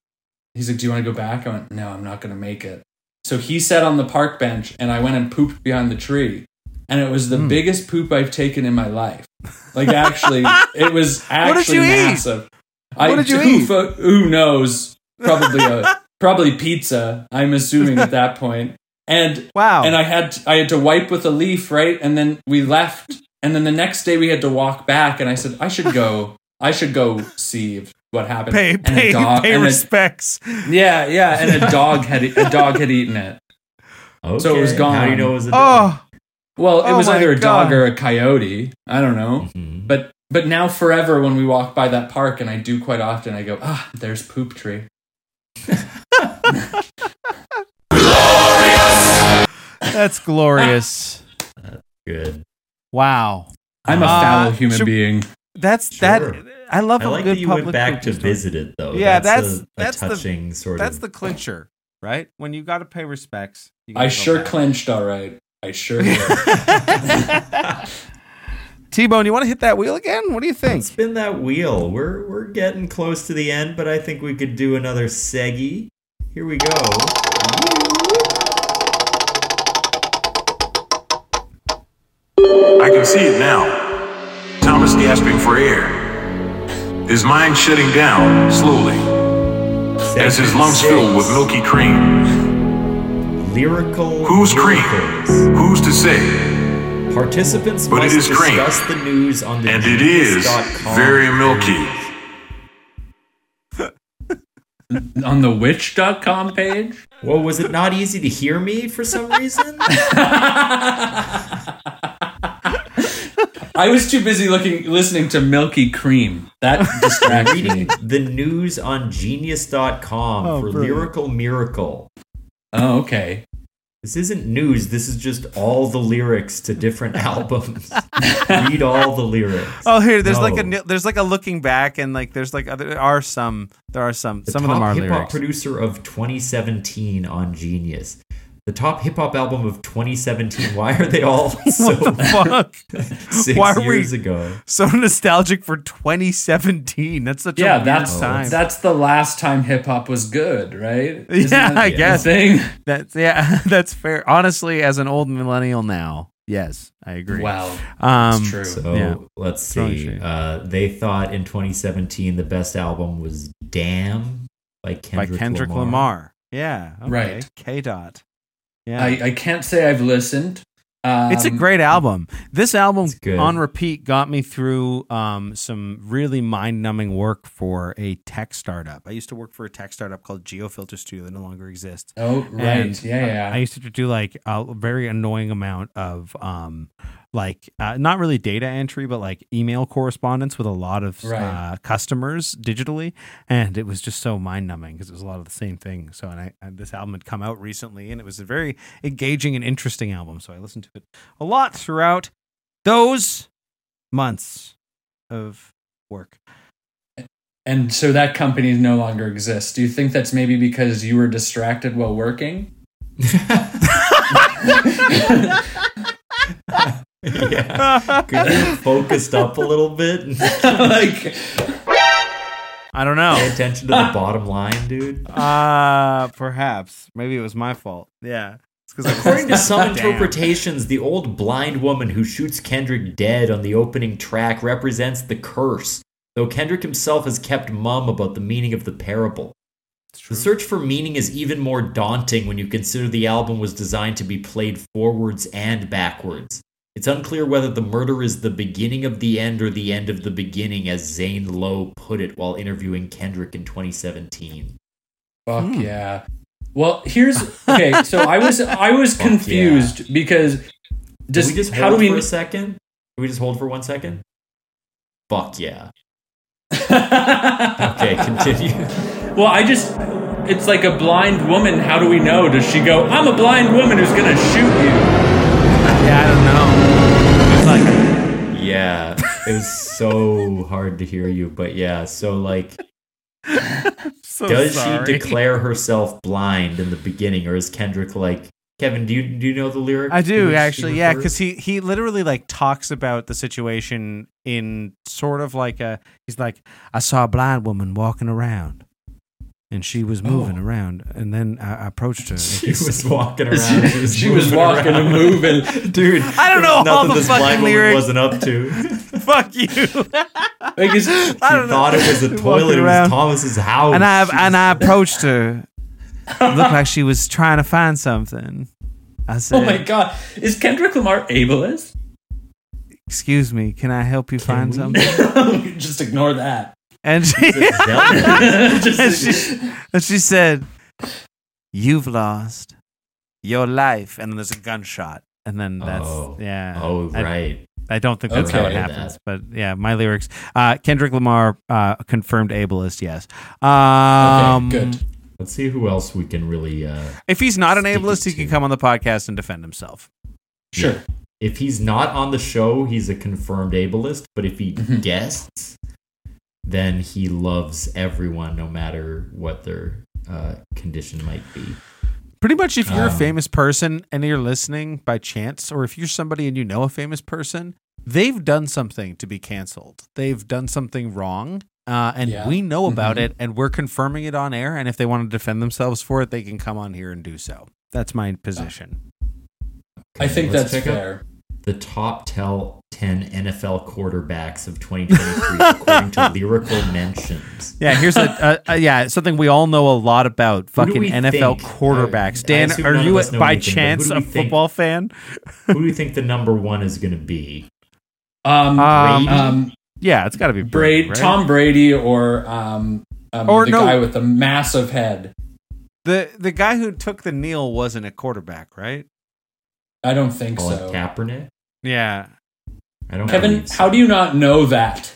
S2: he's like do you want to go back i went no i'm not gonna make it so he sat on the park bench and i went and pooped behind the tree and it was the
S1: Hmm.
S2: biggest poop i've taken in my life like actually it was
S1: did
S2: actually
S1: you eat?
S2: massive I,
S1: What did you
S2: who
S1: eat?
S2: fo- who knows probably a probably pizza i'm assuming at that point and
S1: Wow.
S2: and I had I had to wipe with a leaf, right? And then we left, and then the next day we had to walk back, and I said I should go, I should go see if- what happened.
S1: pay
S2: and
S1: pay, pay
S2: and a-
S1: respects.
S2: yeah, yeah, and a dog had a dog had eaten it.
S3: Okay.
S2: So it was gone.
S3: How do you know it was a dog?
S1: Oh,
S2: Well, it
S1: Oh
S2: was
S1: my
S2: either a dog
S1: God.
S2: or a coyote. I don't know,
S3: Mhm.
S2: but but now forever when we walk by that park, and I do quite often, I go ah, there's poop tree.
S1: that's glorious.
S3: Good.
S1: Wow.
S2: I'm a
S1: Uh,
S2: foul human
S1: should-
S2: being.
S1: That's
S3: Sure.
S1: that. I love
S3: I
S1: a
S3: like
S1: good
S3: that you
S1: public
S3: went back
S1: poop
S3: to
S1: story.
S3: visit it, though.
S1: Yeah,
S3: that's, a-
S1: that's- that's
S3: a,
S1: the-
S3: touching sort
S1: That's
S3: of.
S1: the clincher, right? When you got to pay respects. You gotta
S2: I
S1: go
S2: sure
S1: back.
S2: clenched, all right. I sure did.
S1: T-Bone, you want to hit that wheel again? What do you think?
S3: Spin that wheel. We're we're getting close to the end, but I think we could do another seggy. Here we go.
S4: I can see it now. Thomas gasping for air. His mind shutting down slowly as his
S3: Segment
S4: lungs fill with
S3: six.
S4: milky cream.
S3: Lyrical.
S4: Who's cream?
S3: miracles.
S4: Who's to say?
S3: Participants
S4: But it
S3: must
S4: is cream.
S3: discuss the news on the
S4: And it is
S3: genius.com
S4: very milky.
S2: on the witch.com page.
S3: Whoa, was it not easy to hear me for some reason?
S2: I was too busy looking listening to Milky Cream. That distracted me.
S3: Reading the news on genius.com
S1: Oh,
S3: for
S1: brilliant.
S3: Lyrical Miracle.
S2: Oh, okay.
S3: This isn't news. This is just all the lyrics to different albums. Read all the lyrics.
S1: Oh, here there's
S3: No.
S1: like a ni- there's like a looking back and like there's like other, there are some there are some
S3: The
S1: some of them
S3: top
S1: are
S3: hip-hop
S1: lyrics.
S3: producer of 2017 on Genius. The top hip hop album of 2017. Why are they all so
S1: Fuck.
S3: six
S1: Why are we-
S3: years ago?
S1: so nostalgic for 2017. That's such a
S2: yeah,
S1: weird
S2: that's
S1: time.
S2: that's the last time hip hop was good, right?
S1: Yeah, I
S2: the
S1: guess.
S2: Thing?
S1: That's yeah, that's fair. Honestly, as an old millennial now, yes, I agree.
S2: Wow,
S1: um,
S2: it's true.
S3: So
S1: Yeah.
S3: let's
S1: Throwing
S3: see.
S1: shade.
S3: Uh, they thought in 2017 the best album was "Damn" by Kendrick,
S1: by Kendrick Lamar. Yeah, okay.
S2: Right.
S1: K dot. Yeah,
S2: I, I can't say I've listened. Um,
S1: it's a great album. This album
S3: It's good.
S1: on repeat got me through um, some really mind-numbing work for a tech startup. I used to work for a tech startup called GeoFilter Studio that no longer exists.
S2: Oh right,
S1: And,
S2: yeah,
S1: uh,
S2: yeah.
S1: I used to do like a very annoying amount of um like uh, not really data entry but like email correspondence with a lot of
S2: Right.
S1: uh, customers digitally and it was just so mind numbing because it was a lot of the same thing so and I and this album had come out recently and it was a very engaging and interesting album so I listened to it a lot throughout those months of work
S2: and so that company no longer exists. Do you think that's maybe because you were distracted while working?
S3: yeah, could you focused up a little bit and pay
S2: like,
S1: I don't know
S3: attention to the bottom line, dude?
S1: uh perhaps maybe it was my fault yeah it's because
S3: According to some
S1: Damn.
S3: interpretations, the old blind woman who shoots Kendrick dead on the opening track represents the curse, though Kendrick himself has kept mum about the meaning of the parable. The search for meaning is even more daunting when you consider the album was designed to be played forwards and backwards. It's unclear whether the murder is the beginning of the end or the end of the beginning, as Zane Lowe put it while interviewing Kendrick in 2017.
S2: Fuck
S1: Hmm.
S2: yeah. Well, here's okay. So I was I was
S3: Fuck
S2: confused because does
S3: Does we just
S2: how do
S3: hold
S2: we
S3: for a second? Can we just hold for one second? Fuck yeah. Okay, continue.
S2: well, I just it's like a blind woman. How do we know? Does she go? I'm a blind woman who's gonna shoot
S1: Yeah, I don't know. It's like
S3: yeah, it was so hard to hear you, but yeah. So like,
S1: so
S3: does
S1: sorry.
S3: she declare herself blind in the beginning, or is Kendrick like Kevin? Do you do you know the lyric?
S1: I
S3: to which
S1: do
S3: she
S1: actually, yeah, because
S3: refers?
S1: he he literally like talks about the situation in sort of like a he's like I saw a blind woman walking around, and she was moving around, and then I I approached her.
S3: she was walking around.
S2: you? she was walking and moving.
S3: dude.
S1: I don't know all
S3: nothing
S1: the
S3: this
S1: fucking
S3: blind woman
S1: lyrics.
S3: wasn't up to.
S1: Fuck you!
S2: Like, is,
S1: I
S3: He thought it was a
S1: Walking
S3: toilet. It was
S1: around.
S3: Thomas's
S2: Oh,
S3: house.
S1: and I
S3: She
S1: and I approached her. It looked like she was trying to find something. I said,
S2: oh my god, is Kendrick Lamar ableist?
S1: "Excuse me, can I help you find
S3: we-
S1: something?"
S2: just ignore that.
S1: And she,
S3: was zealous.
S1: and
S2: just,
S1: she, and she said, "You've lost your life," and then there's a gunshot, and then that's
S3: Oh.
S1: yeah.
S3: Oh
S1: I-
S3: right.
S1: I, don't think that's how it
S2: Okay.
S1: happens, but yeah, my lyrics. Uh, Kendrick Lamar uh, confirmed ableist. Yes. Um,
S2: okay, good.
S3: Let's see who else we can really. Uh,
S1: If he's not an
S3: Stick it
S1: ableist, he
S3: to.
S1: can come on the podcast and defend himself.
S2: Sure.
S3: if he's not on the show, he's a confirmed ableist. But if he
S2: Mm-hmm.
S3: guests, then he loves everyone, no matter what their uh, condition might be.
S1: Pretty much, if you're a
S3: Um,
S1: famous person and you're listening by chance, or if you're somebody and you know a famous person, they've done something to be canceled. They've done something wrong, uh, and
S2: Yeah.
S1: we know about
S3: Mm-hmm.
S1: it, and we're confirming it on air. And if they want to defend themselves for it, they can come on here and do so. That's my
S3: Ah.
S1: position.
S2: I
S3: Okay,
S2: think
S3: let's
S2: that's
S3: check out
S2: fair.
S3: The top tell ten NFL quarterbacks of 2023, according to lyrical mentions.
S1: Yeah, here's a, a, a yeah something we all know a lot about.
S3: Who do
S1: Fucking
S3: we
S1: NFL
S3: think?
S1: quarterbacks.
S3: I- I
S1: Dan,
S3: assume
S1: are
S3: none of
S1: you
S3: us know
S1: by
S3: anything, but who
S1: chance
S3: do
S1: a
S3: we think?
S1: football fan?
S3: Who do you think the number one is going to be?
S2: Um,
S1: Um,
S2: um,
S1: yeah, it's got to be
S2: Brady,
S1: Brady. right?
S2: Tom Brady, or um, um
S1: Or
S2: the
S1: no.
S2: guy with the massive head.
S1: The the guy who took the kneel wasn't a quarterback, right?
S2: I don't think
S3: Colin
S2: so.
S3: Kaepernick.
S1: Yeah.
S3: I don't.
S2: Kevin,
S3: believe so.
S2: how do you not know that?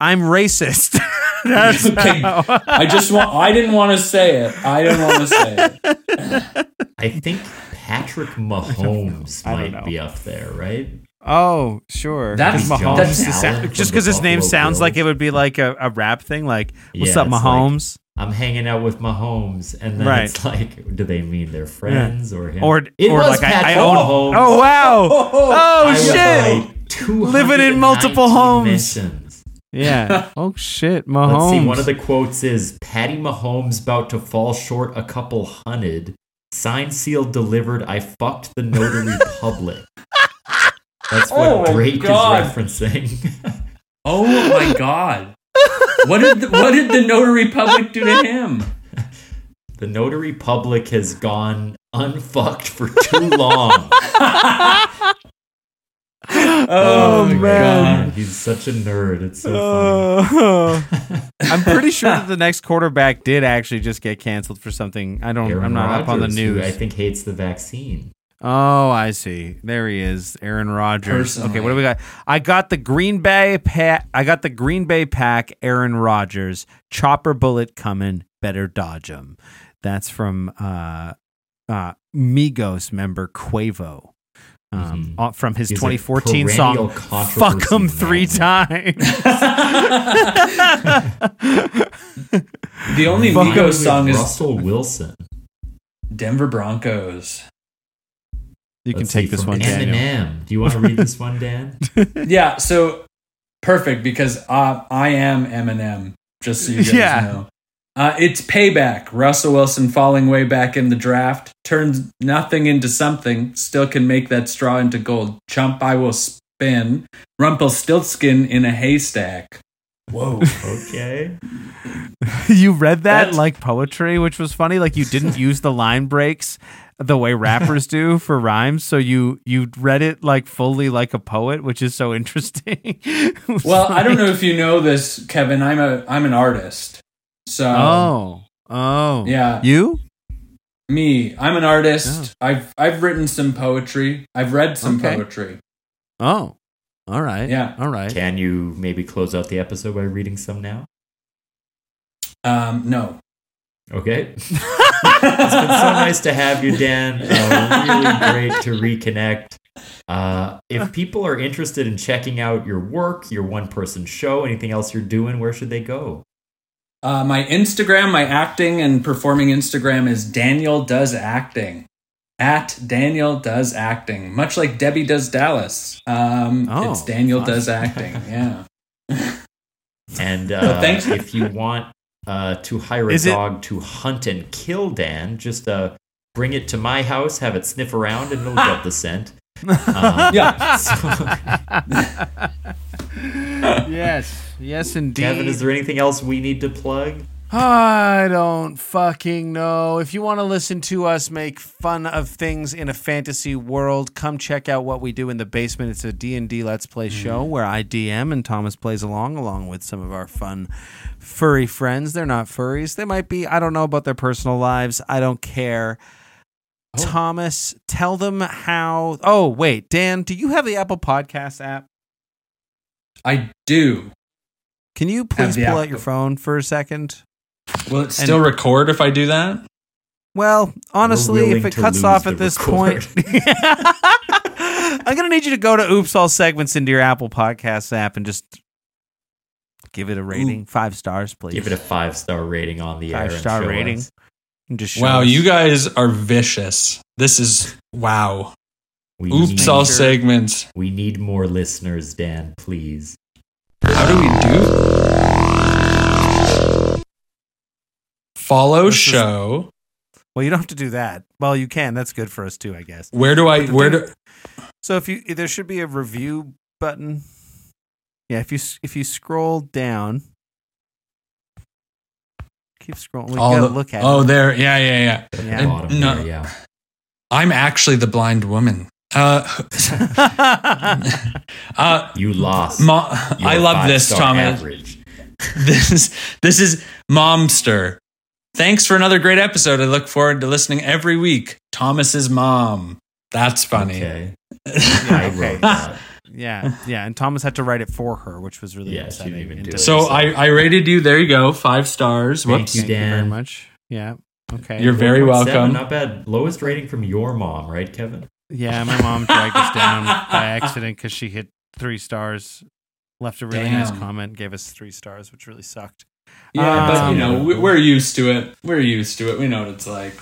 S1: I'm racist. That's
S2: Okay.
S1: how-
S2: I just want. I didn't want to say it. I didn't want to say it.
S3: I think Patrick Mahomes
S1: I don't
S3: might
S1: know.
S3: be up there, right?
S1: Oh, sure.
S2: That's-
S1: 'Cause
S2: Josh
S1: Mahomes is
S3: Allen
S1: sa-
S3: from
S1: just
S3: the
S1: because his name
S3: Buffalo
S1: sounds
S3: Bills.
S1: like it would be like a, a rap thing, like "What's
S3: Yeah,
S1: up,
S3: it's like-
S1: Mahomes?"
S3: I'm hanging out with Mahomes, and then
S1: Right.
S3: it's like, do they mean they're friends or him?
S1: Or
S3: it
S1: or
S3: was
S1: like
S3: Pat
S1: I, I own.
S3: Mahomes.
S1: Oh wow!
S2: Oh, oh,
S1: Oh
S3: I was
S1: shit!
S3: like, 219
S1: Living in multiple homes.
S3: mentions.
S1: Yeah. Oh shit, Mahomes.
S3: Let's see. One of the quotes is Patty Mahomes about to fall short a couple hundred. Signed, sealed, delivered. I fucked the notary public. That's what
S2: Oh my
S3: Drake
S2: God.
S3: is referencing.
S2: Oh my god. What did the, what did the notary public do to him?
S1: Oh,
S3: the notary public has gone unfucked for too long.
S2: Oh,
S1: Oh, man.
S3: God, he's such a nerd. It's so funny.
S1: Uh, I'm pretty sure that the next quarterback did actually just get canceled for something. I don't.
S3: Aaron
S1: I'm not up on the
S3: Rodgers, who
S1: news.
S3: I think hates the vaccine.
S1: Oh, I see. There he is, Aaron Rodgers.
S2: Personally.
S1: Okay, what do we got? I got the Green Bay pack. I got the Green Bay pack. Aaron Rodgers, chopper bullet coming. Better dodge him. That's from uh, uh, Migos member Quavo. Um, uh, from his
S3: Mm-hmm. He's a
S1: 2014
S3: perennial
S1: song
S3: controversy
S1: "Fuck 'em three times."
S2: The only
S3: Mine
S2: Migos
S3: was
S2: song is
S3: Russell Wilson.
S2: Denver Broncos.
S1: you can
S3: Let's see,
S1: take this
S3: from
S1: one,
S3: Eminem.
S1: Daniel.
S3: Do you want to read this one, Dan?
S2: Yeah, so perfect because uh, I am Eminem, just so you guys
S1: Yeah.
S2: know. Uh, it's payback. Russell Wilson falling way back in the draft turns nothing into something. Still can make that straw into gold. Chump, I will spin. Rumpelstiltskin in a haystack. Whoa.
S3: Okay.
S1: you read that
S2: That's-
S1: like poetry, which was funny. Like you didn't use the line breaks the way rappers do for rhymes, so you you read it like fully like a poet, which is so interesting. It was
S2: well, I don't know
S1: like-
S2: if you know this, Kevin. I'm a I'm an artist. So
S1: Oh, oh,
S2: um, Yeah.
S1: You?
S2: me, I'm an artist. I've I've written some poetry. I've read some
S1: Oh. Okay.
S2: poetry.
S1: Oh, all right.
S2: Yeah.
S1: all right.
S3: Can you maybe close out the episode by reading some now?
S2: Um, no.
S3: Okay. it's been so nice to have you, Dan. Uh, really great to reconnect. Uh, if people are interested in checking out your work, your one person show, anything else you're doing, where should they go?
S2: Uh, my Instagram, my acting and performing Instagram is Daniel Does Acting. At Daniel Does Acting. Much like Debbie Does Dallas. Um,
S1: Oh,
S2: it's Daniel
S1: fun.
S2: Does Acting. Yeah.
S3: And uh,
S2: thanks.
S3: if you want uh, to hire a
S1: Is it-
S3: dog to hunt and kill Dan, just uh, bring it to my house, have it sniff around, and it'll get the scent. Um,
S2: Yeah.
S3: so-
S1: Yes, yes, indeed.
S3: Kevin, is there anything else we need to plug?
S1: I don't fucking know. If you want to listen to us make fun of things in a fantasy world, come check out what we do in the basement. It's a D&D Let's Play
S2: Mm-hmm.
S1: show where I DM and Thomas plays along along with some of our fun furry friends. They're not furries. They might be, I don't know about their personal lives. I don't care.
S2: Oh.
S1: Thomas, tell them how Oh, wait, Dan, do you have the Apple Podcast app?
S2: I do.
S1: Can you please
S2: the
S1: pull out
S2: app.
S1: your phone for a second?
S2: Will it still record if I do that?
S1: Well, honestly,
S3: willing
S1: if it
S3: to
S1: cuts
S3: lose
S1: off
S3: the
S1: at this
S3: record.
S1: point, I'm going to need you to go to Oops All Segments into your Apple Podcasts app and just give it a rating. Five stars, please.
S3: Give it a five star rating on the air.
S1: five
S3: and
S1: star
S3: show
S1: rating.
S3: us.
S1: And just show
S2: Wow,
S1: us.
S2: you guys are vicious. This is wow.
S3: We
S1: Mm-hmm.
S2: Oops,
S3: need,
S2: all
S1: sure.
S2: segments.
S3: We need more listeners, Dan. Please.
S2: How do we do? Follow
S1: This is-
S2: show.
S1: Well, you don't have to do that. Well, you can. That's good for us too, I guess.
S2: Where do I?
S1: But the
S2: Where
S1: thing-
S2: do?
S1: So if you there should be a review button. Yeah, if you s- if you scroll down, keep scrolling. We
S2: all
S1: gotta
S2: the-
S1: look at.
S2: oh,
S1: it.
S2: there. Yeah, yeah, yeah.
S1: Yeah.
S2: And-
S3: Bottom
S2: no.
S3: there, yeah.
S2: I'm actually the blind woman. Uh, uh,
S3: You lost.
S2: mo-
S3: your
S2: I love this,
S3: five-star
S2: Thomas.
S3: average.
S2: This this is momster. Thanks for another great episode. I look forward to listening every week. Thomas's mom. That's funny.
S3: Okay. I wrote that.
S1: Yeah, yeah, and Thomas had to write it for her, which was really
S3: Yeah, she
S1: upsetting.
S3: didn't even
S1: And
S3: do it.
S1: just-
S2: So I I rated you. There you go. Five stars.
S3: Thank
S2: Whoops.
S3: you,
S1: Thank you very
S3: Dan.
S1: much. Yeah, Okay.
S2: You're very
S3: 4.7,
S2: welcome.
S3: Not bad. Lowest rating from your mom, right, Kevin?
S8: Yeah, my mom dragged us down by accident because she hit three stars. Left a really nice
S2: Damn.
S8: comment, gave us three stars, which really sucked.
S2: Yeah, but
S3: Um,
S2: you know, we- we're used to it. We're used to it. We know what it's like.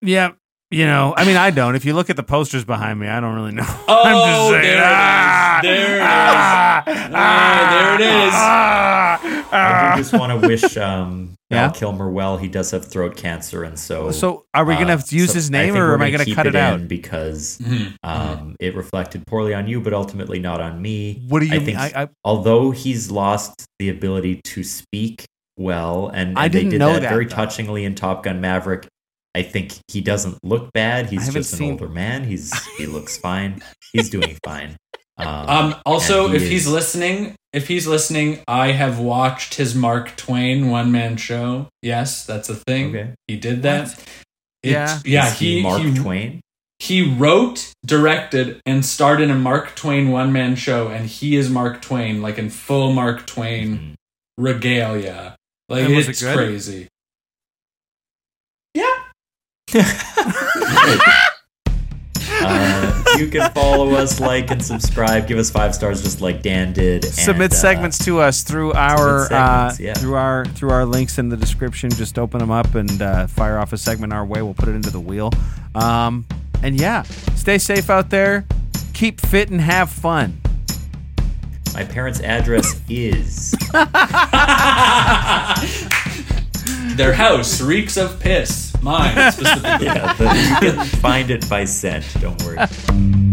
S8: Yeah, you know, I mean, I don't. If you look at the posters behind me, I don't really know.
S2: Oh,
S8: I'm just saying,
S2: there it is.
S8: ah,
S2: There it is.
S8: ah,
S2: Ah, there it is.
S8: ah, ah.
S3: I do just want to wish um,
S1: Yeah?
S3: Val Kilmer well. He does have throat cancer, and so
S1: So are we gonna
S3: uh,
S1: have to use
S3: so
S1: his
S3: think
S1: name,
S3: we're
S1: or am I
S3: gonna
S1: gonna
S3: keep
S1: cut it, out? Hmm.
S3: in because
S2: Mhm.
S3: um, it reflected poorly on you, but ultimately not on me.
S1: What do you
S3: I
S1: mean?
S3: think-
S1: I, I,
S3: Although he's lost the ability to speak well, and, and
S1: I
S3: they
S1: didn't
S3: did
S1: know
S3: that,
S1: that,
S3: very
S1: though.
S3: touchingly in Top Gun Maverick. I think he doesn't look bad.
S1: I
S3: He's
S1: haven't
S3: just an
S1: seen-
S3: older man. He's he looks fine. He's doing fine. Um,
S2: Um, also,
S3: and he
S2: if he's
S3: is-
S2: listening, if he's listening, I have watched his Mark Twain one man show. Yes, that's a thing.
S3: okay.
S2: He did that.
S1: Yeah.
S2: yeah.
S3: Is he,
S2: He
S3: Mark
S2: he,
S3: Twain.
S2: he wrote, directed, and starred in a Mark Twain one man show, and he is Mark Twain, like in full Mark Twain
S3: Mhm.
S2: regalia. Like
S8: And was it
S2: it's
S8: good?
S2: crazy.
S3: Uh, you can follow us, like and subscribe, give us five stars, just like Dan did. and,
S1: submit
S3: uh,
S1: segments to us through our uh,
S3: segments, yeah.
S1: through our through our links in the description. Just open them up and uh, fire off a segment our way. We'll put it into the wheel. Um, and yeah, stay safe out there. Keep fit and have fun.
S3: My parents' address is.
S2: Their house reeks of piss. Mine specifically.
S3: Yeah, but you can find it by scent. Don't worry.